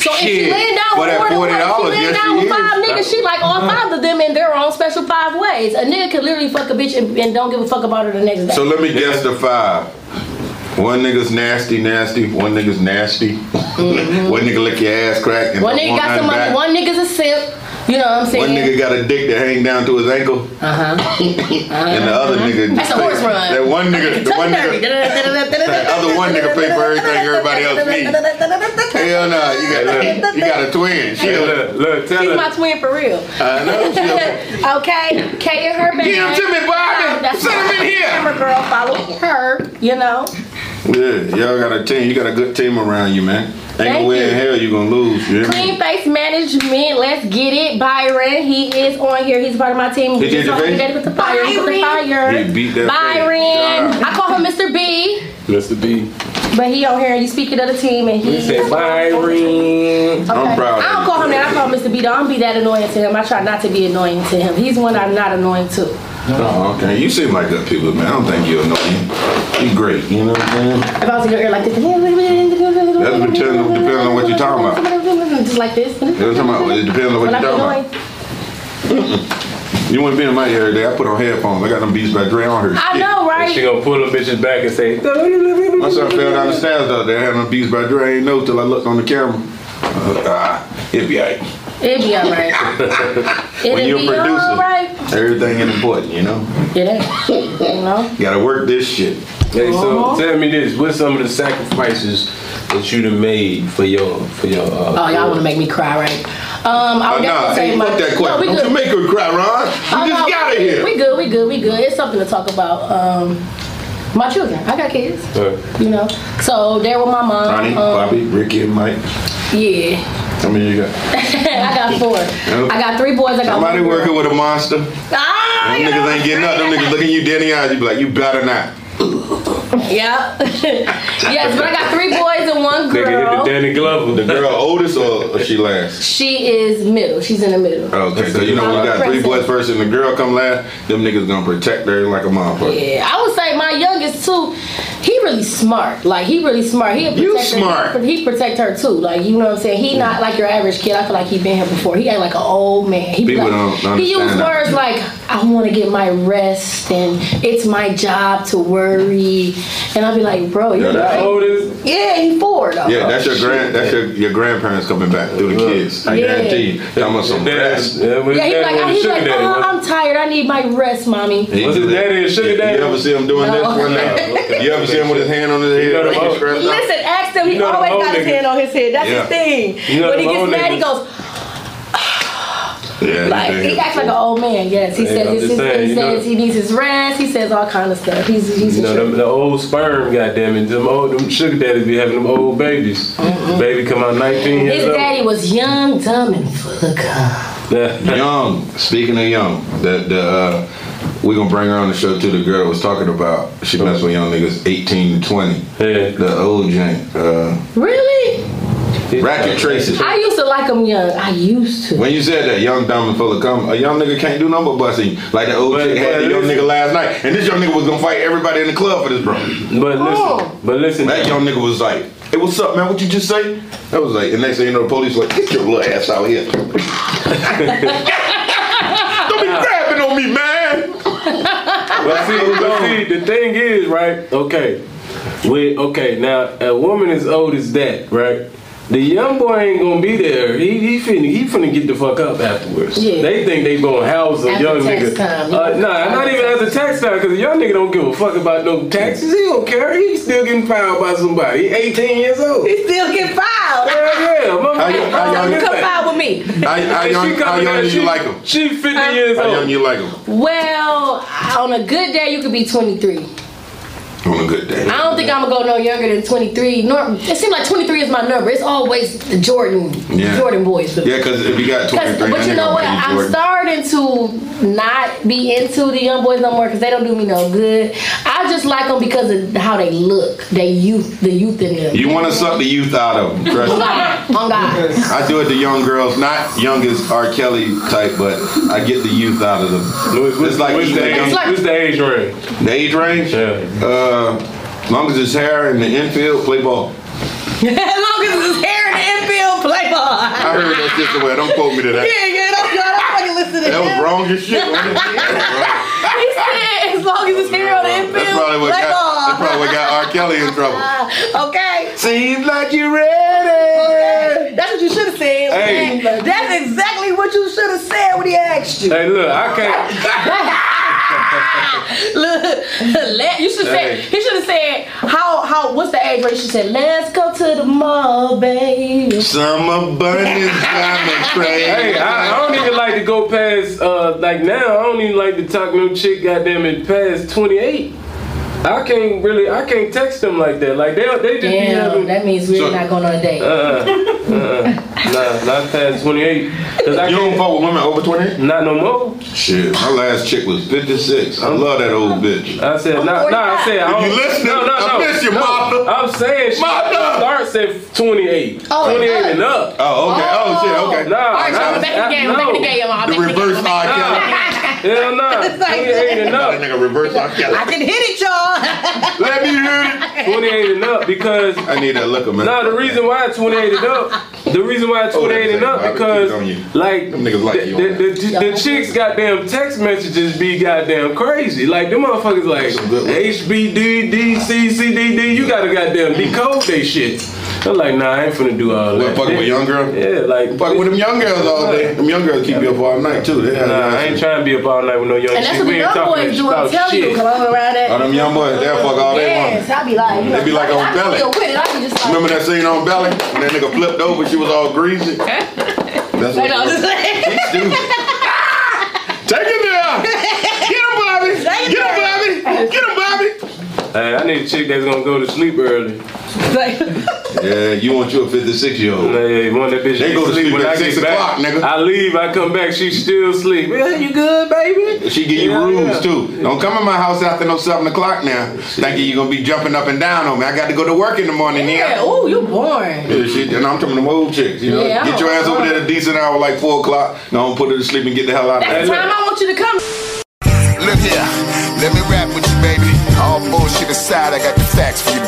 Speaker 8: So if she
Speaker 7: Shit.
Speaker 8: laying down
Speaker 7: For
Speaker 8: with
Speaker 7: that
Speaker 8: more than one,
Speaker 7: $40,
Speaker 8: she laying
Speaker 7: yes,
Speaker 8: down
Speaker 7: she
Speaker 8: with five
Speaker 7: is. Uh-huh.
Speaker 8: niggas. She like all five of them in their own special five ways. A nigga can literally fuck a bitch and, and don't give a fuck about her the next day.
Speaker 7: So let me guess the five. One nigga's nasty, nasty. One nigga's nasty. one nigga lick your ass crack. And
Speaker 8: Mm-hmm. one
Speaker 7: don't
Speaker 8: nigga
Speaker 7: want
Speaker 8: got
Speaker 7: nothing
Speaker 8: some money.
Speaker 7: back.
Speaker 8: One nigga's a simp. You know what I'm
Speaker 7: One
Speaker 8: saying?
Speaker 7: nigga got a dick that hang down to his ankle, and the other nigga.
Speaker 8: Mm-hmm. That's a
Speaker 7: pay-
Speaker 8: horse run.
Speaker 7: That one nigga. The one nigga.
Speaker 8: That
Speaker 7: other one nigga pay for everything everybody else Hell no, you got you got a twin. She
Speaker 6: Hey,
Speaker 7: a-
Speaker 6: look, look, tell
Speaker 8: She's my
Speaker 6: her.
Speaker 8: twin for real.
Speaker 7: I know. She a-
Speaker 8: okay, Kay and her band.
Speaker 7: Give him to me,
Speaker 8: Oh,
Speaker 7: Bobby.
Speaker 8: that's
Speaker 7: Send him in here.
Speaker 8: Camera girl, follow her. You know.
Speaker 7: Yeah, y'all got a team. You got a good team around you, man. Ain't
Speaker 8: Thank
Speaker 7: no way in
Speaker 8: you.
Speaker 7: hell you gonna lose. You hear me?
Speaker 8: Clean Face Management. Let's get it, Byron. He is on here. He's part of my team.
Speaker 7: He did your
Speaker 8: on
Speaker 7: face?
Speaker 8: with the fire. He put the
Speaker 4: Byron.
Speaker 8: fire.
Speaker 7: He beat that
Speaker 8: Byron.
Speaker 7: face.
Speaker 8: I call him Mr. B,
Speaker 6: Mr. B.
Speaker 8: but he on here. You speaking of the team, and
Speaker 6: He
Speaker 8: he.
Speaker 6: said Byron.
Speaker 8: Okay.
Speaker 7: I'm proud.
Speaker 8: I don't
Speaker 7: of
Speaker 8: call
Speaker 7: you.
Speaker 8: him that. I call him Mr. B. Though. I don't be that annoying to him. I try not to be annoying to him. He's one I'm not annoying to.
Speaker 7: Oh, okay. You seem like good people, man. I don't think you annoy me. You great. You know what I'm saying?
Speaker 8: If I was in your ear like this,
Speaker 7: That's
Speaker 8: that's
Speaker 7: depending- depending on what you're talking
Speaker 8: about. Just like this.
Speaker 7: You know what I'm talking about? It depends on what
Speaker 8: When
Speaker 7: you're
Speaker 8: I'm
Speaker 7: talking
Speaker 8: annoying,
Speaker 7: about. You wouldn't be in my ear today. I put on headphones. I got them beats by Dre on her.
Speaker 8: I know,
Speaker 6: And she
Speaker 8: right?
Speaker 6: gonna pull them bitches back and say,
Speaker 7: My son fell down the stairs the other day. I had them beats by Dre. I ain't know till I looked on the camera. Uh, ah, it be alright.
Speaker 8: It'd be alright. It'd
Speaker 7: When you're a
Speaker 8: be
Speaker 7: producer,
Speaker 8: alright.
Speaker 7: everything is important, you know?
Speaker 8: It ain't. You know?
Speaker 7: You gotta work this shit.
Speaker 6: Hey, so
Speaker 8: Uh-huh.
Speaker 6: tell me this, what's some of the sacrifices that you done made for your for your uh,
Speaker 8: Oh, y'all want to make me cry, right? Um, I
Speaker 7: Oh,
Speaker 8: would
Speaker 7: nah,
Speaker 8: definitely say
Speaker 7: hey,
Speaker 8: my.
Speaker 7: fuck that
Speaker 8: No, we
Speaker 7: question.
Speaker 8: good.
Speaker 7: Don't you make her cry, Ron.
Speaker 8: Oh,
Speaker 7: We
Speaker 8: no,
Speaker 7: just got her here.
Speaker 8: We good. We good. We good. It's something to talk about. Um, my children. I got kids.
Speaker 6: Right.
Speaker 8: You know. So there with my mom.
Speaker 7: Ronnie,
Speaker 8: um,
Speaker 7: Bobby, Ricky, and Mike.
Speaker 8: Yeah,
Speaker 7: How many you got?
Speaker 8: I got four. I got three boys. I got
Speaker 7: Somebody
Speaker 8: one girl.
Speaker 7: working with a monster.
Speaker 8: Ah,
Speaker 7: Them
Speaker 8: you know
Speaker 7: niggas
Speaker 8: what
Speaker 7: ain't
Speaker 8: I'm
Speaker 7: getting up. Them
Speaker 8: saying?
Speaker 7: niggas looking you dead in the eyes. You be like, you better not.
Speaker 8: Yeah. yes, but I got three boys and one
Speaker 6: nigga hit the
Speaker 8: girl.
Speaker 6: Danny Glover?
Speaker 7: The girl oldest or, or she last?
Speaker 8: She is middle. She's in the middle.
Speaker 7: Okay, so you know we got three boys first and the girl come last. Them niggas gonna protect her like a motherfucker.
Speaker 8: Yeah, I would say my youngest is too. He really smart. Like he really smart. He
Speaker 7: You smart.
Speaker 8: He protect her too. Like you know what I'm saying. He not like your average kid. I feel like he been here before. He act like an old man. He be
Speaker 7: People
Speaker 8: like,
Speaker 7: don't
Speaker 8: He
Speaker 7: understand
Speaker 8: used
Speaker 7: that.
Speaker 8: words like I want to get my rest and it's my job to worry. And I'll be like, bro,
Speaker 7: Yeah,
Speaker 8: you're
Speaker 7: that
Speaker 8: right.
Speaker 6: How old is?
Speaker 8: Yeah, he four though.
Speaker 7: Yeah, that's your grand. That's your, your grandparents coming back through the kids. I
Speaker 8: Yeah.
Speaker 7: guarantee you. That was some rest.
Speaker 6: Yeah, but
Speaker 8: Yeah, he be
Speaker 6: daddy
Speaker 8: like,
Speaker 6: was
Speaker 8: I- he be
Speaker 6: sugar
Speaker 8: like,
Speaker 6: daddy,
Speaker 8: oh,
Speaker 6: wasn't
Speaker 8: I'm tired. I need my rest, mommy.
Speaker 7: He
Speaker 6: Was
Speaker 7: do
Speaker 6: his
Speaker 7: that.
Speaker 6: daddy a sugar
Speaker 7: You-
Speaker 6: daddy?
Speaker 7: You ever see him doing
Speaker 8: No.
Speaker 7: this one now?
Speaker 6: Okay.
Speaker 7: You ever see him with his hand on his
Speaker 6: You know them
Speaker 7: head? like he's
Speaker 6: old-
Speaker 7: stressed out?
Speaker 4: Listen, ask him. He
Speaker 6: You know the
Speaker 4: always
Speaker 6: old
Speaker 4: got his
Speaker 6: niggas.
Speaker 4: hand on his head. That's
Speaker 7: Yeah.
Speaker 4: his thing.
Speaker 6: You know
Speaker 4: when he
Speaker 6: the old
Speaker 4: gets mad, he
Speaker 6: niggas.
Speaker 4: goes
Speaker 7: Yeah,
Speaker 8: Like
Speaker 7: been
Speaker 8: he
Speaker 7: here
Speaker 8: acts like an
Speaker 7: before.
Speaker 8: old man. Yes, he
Speaker 6: Yeah,
Speaker 8: says
Speaker 6: I'm
Speaker 8: his,
Speaker 6: just
Speaker 8: his,
Speaker 6: saying,
Speaker 8: he
Speaker 6: you know-
Speaker 8: says he needs his rest. He says all kind of stuff. He's he's
Speaker 6: You
Speaker 8: a
Speaker 6: know,
Speaker 8: trip.
Speaker 6: them, the old sperm, goddamn it, them old them sugar daddies be having them old babies. Baby come out 19 years
Speaker 8: His
Speaker 6: old.
Speaker 8: daddy was young, dumb, and fuck up.
Speaker 6: Yeah.
Speaker 7: Young. Speaking of young, the the uh, we gonna bring her on the show too. The girl that was talking about she messed with young niggas, eighteen to twenty.
Speaker 6: Yeah.
Speaker 7: The old jank. Uh,
Speaker 8: Really?
Speaker 7: racket traces.
Speaker 8: I used to like him young. I used to.
Speaker 7: When you said that, young dumb and full of cum, a young nigga can't do no more busting. Like that old
Speaker 6: But-
Speaker 7: chick had
Speaker 6: but
Speaker 7: the young
Speaker 6: listen-
Speaker 7: nigga last night, and this young nigga was gonna fight everybody in the club for this bro.
Speaker 6: But
Speaker 8: Oh.
Speaker 6: listen, but listen,
Speaker 7: That young nigga was like, "Hey, what's up, man? What you just say?" That was like, and next thing you know, the police like, "Get your little ass out here! Don't be grabbing on me, man!"
Speaker 6: But see, but see, the thing is, right? Okay, we okay now. A woman as old as that, right? The young boy ain't gonna be there. He he finna he finna get the fuck up afterwards.
Speaker 8: Yeah.
Speaker 6: They think they gonna house a
Speaker 8: After
Speaker 6: young
Speaker 8: tax
Speaker 6: nigga.
Speaker 8: time.
Speaker 6: Uh, nah, not even as a tax time, cause a young nigga don't give a fuck about no taxes. He don't care. He still getting fouled by somebody. He 18 years old. Hell
Speaker 4: He still get fouled.
Speaker 6: yeah,
Speaker 7: How you- how
Speaker 6: motherfucker.
Speaker 7: young-
Speaker 6: Look at
Speaker 4: Come
Speaker 6: that.
Speaker 4: foul with me.
Speaker 7: How, how
Speaker 6: And she
Speaker 7: young,
Speaker 6: coming
Speaker 7: how young
Speaker 6: out,
Speaker 7: do you
Speaker 6: she-
Speaker 7: like him?
Speaker 6: She 50 years
Speaker 7: How young
Speaker 6: old.
Speaker 7: you like him?
Speaker 8: Well, on a good day you could be 23.
Speaker 7: On a good day.
Speaker 8: I don't think I'm gonna go no younger than 23. Nor it seems like 23 is my number. It's always the Jordan,
Speaker 7: Yeah.
Speaker 8: Jordan boys.
Speaker 7: Yeah, because if you got twenty
Speaker 8: 'Cause-
Speaker 7: three,
Speaker 8: but you know what? I'm starting to not be into the young boys no more because they don't do me no good. I just like them because of how they look, they youth, the youth in them.
Speaker 7: You want to suck the youth out of them. Trust me.
Speaker 8: On God.
Speaker 7: I do it to young girls, not young as R. Kelly type, but I get the youth out of them. It's like
Speaker 6: what's,
Speaker 7: eating
Speaker 6: the
Speaker 7: a
Speaker 6: age,
Speaker 7: young-
Speaker 8: like-
Speaker 6: what's the age range?
Speaker 7: the age range.
Speaker 6: Yeah.
Speaker 7: Uh, long as it's hair in the infield, play ball.
Speaker 4: as long as his hair in the infield, play ball.
Speaker 7: I heard that shit somewhere. Don't quote me to that.
Speaker 4: Yeah, yeah, that's good. I fucking listen to
Speaker 7: That was
Speaker 4: him.
Speaker 7: wrong as shit. wasn't it?
Speaker 4: He said, as long as his hair on the infield,
Speaker 7: That's probably what
Speaker 4: play
Speaker 7: got. That's
Speaker 4: ball.
Speaker 7: probably what got R. Kelly in trouble.
Speaker 4: Okay.
Speaker 7: Seems like you're ready.
Speaker 4: That's what you should have said.
Speaker 6: Hey.
Speaker 4: okay? That's exactly what you should have said when he asked you.
Speaker 6: Hey, look, I can't.
Speaker 8: Look, let, you should say
Speaker 7: Hey.
Speaker 8: he should have said how how what's the age range? She said, let's go to the mall, baby.
Speaker 7: Summer bunnies driving crazy.
Speaker 6: Hey, I, I don't even like to go past uh like now. I don't even like to talk no chick goddamn it past twenty eight. I can't really, I can't text them like that. Like they, they just be
Speaker 8: Damn,
Speaker 6: having,
Speaker 8: that means we're
Speaker 7: So- uh,
Speaker 8: not going on a date.
Speaker 6: nah, not past twenty eight. Cause I
Speaker 7: You don't
Speaker 6: can't,
Speaker 7: fuck with women over 20?
Speaker 6: not no more.
Speaker 7: Shit, my last chick was 56. I love that old bitch.
Speaker 6: I said, nah, nah. I said, I
Speaker 7: If
Speaker 6: don't.
Speaker 7: you listening,
Speaker 6: Oh, no, no,
Speaker 7: I
Speaker 6: no.
Speaker 7: miss you,
Speaker 6: no.
Speaker 7: Martha.
Speaker 6: I'm saying she
Speaker 7: Martha.
Speaker 6: starts at twenty eight.
Speaker 8: Oh,
Speaker 6: twenty eight
Speaker 8: it
Speaker 6: and up.
Speaker 7: Oh, okay. Oh, shit, okay.
Speaker 6: Nah,
Speaker 8: All right,
Speaker 6: nah,
Speaker 8: y'all, back in the game,
Speaker 6: nah,
Speaker 8: back in the
Speaker 6: no.
Speaker 8: game, y'all.
Speaker 7: The reverse R. Kelly.
Speaker 6: Hell nah. Twenty eight and up.
Speaker 7: That nigga reverse R. Kelly.
Speaker 4: I can hit it, y'all.
Speaker 7: Let me hear it.
Speaker 6: Twenty eight and up because
Speaker 7: I need that liquor, man.
Speaker 6: No, the reason why I 28 and up, the reason why I
Speaker 7: Oh, that's
Speaker 6: 28 and
Speaker 7: right.
Speaker 6: up
Speaker 7: Keep it on you.
Speaker 6: because like
Speaker 7: Them niggas like
Speaker 6: the,
Speaker 7: you on
Speaker 6: the, the, the, the chicks goddamn text messages be goddamn crazy. Like them motherfuckers like
Speaker 7: a good one.
Speaker 6: HBDDCCDD. You gotta goddamn decode they shit. They're like, nah, I ain't finna do all
Speaker 7: What,
Speaker 6: that.
Speaker 7: fucking with young girl?
Speaker 6: Yeah, like
Speaker 7: Fuck with them young girls all day. Them young girls keep you up all night, too. They have
Speaker 6: Nah, I ain't trying to be up all night with no young
Speaker 8: And that's
Speaker 6: shit.
Speaker 8: what
Speaker 6: We
Speaker 8: the
Speaker 6: ain't
Speaker 8: young
Speaker 6: talking
Speaker 8: boys do. I'm
Speaker 6: about
Speaker 8: telling you,
Speaker 6: shit.
Speaker 8: come over around that.
Speaker 7: All them young boys, they'll fuck all they
Speaker 8: Yes,
Speaker 7: want.
Speaker 8: I be like, you
Speaker 7: They
Speaker 8: know,
Speaker 7: be like on
Speaker 8: I
Speaker 7: Belly.
Speaker 8: feel with it. I be just like,
Speaker 7: Remember that scene on Belly? When that nigga flipped over, she was all greasy? That's what
Speaker 8: I'm just like,
Speaker 7: He's stupid. Take him there. Get him, Bobby. Get him, Bobby. Get him, Bobby.
Speaker 6: Hey, I need a chick that's gonna go to sleep early.
Speaker 7: Yeah, you want you a 56 year old.
Speaker 6: Hey, one that bitch
Speaker 7: They
Speaker 6: ain't
Speaker 7: go to sleep
Speaker 6: when
Speaker 7: at
Speaker 6: I
Speaker 7: six
Speaker 6: get
Speaker 7: o'clock,
Speaker 6: back.
Speaker 7: nigga.
Speaker 6: I leave, I come back, she still sleep. Yeah, you good, baby?
Speaker 7: She give you
Speaker 6: Yeah,
Speaker 7: rules
Speaker 6: yeah.
Speaker 7: too. Don't come in my house after no seven o'clock now, thinking you gonna be jumping up and down on me. I got to go to work in the morning.
Speaker 8: yeah,
Speaker 7: Yeah.
Speaker 8: ooh, you boring.
Speaker 7: Yeah, shit, and I'm talking to them old chicks. You know,
Speaker 8: Yeah,
Speaker 7: get your
Speaker 8: I'm-
Speaker 7: ass over there at a decent hour, like four o'clock. No, don't put her to sleep and get the hell out of
Speaker 8: That's
Speaker 7: there.
Speaker 8: the time I want you to come.
Speaker 2: Look here, let me rap with you, baby. All bullshit inside, I got the facts for you,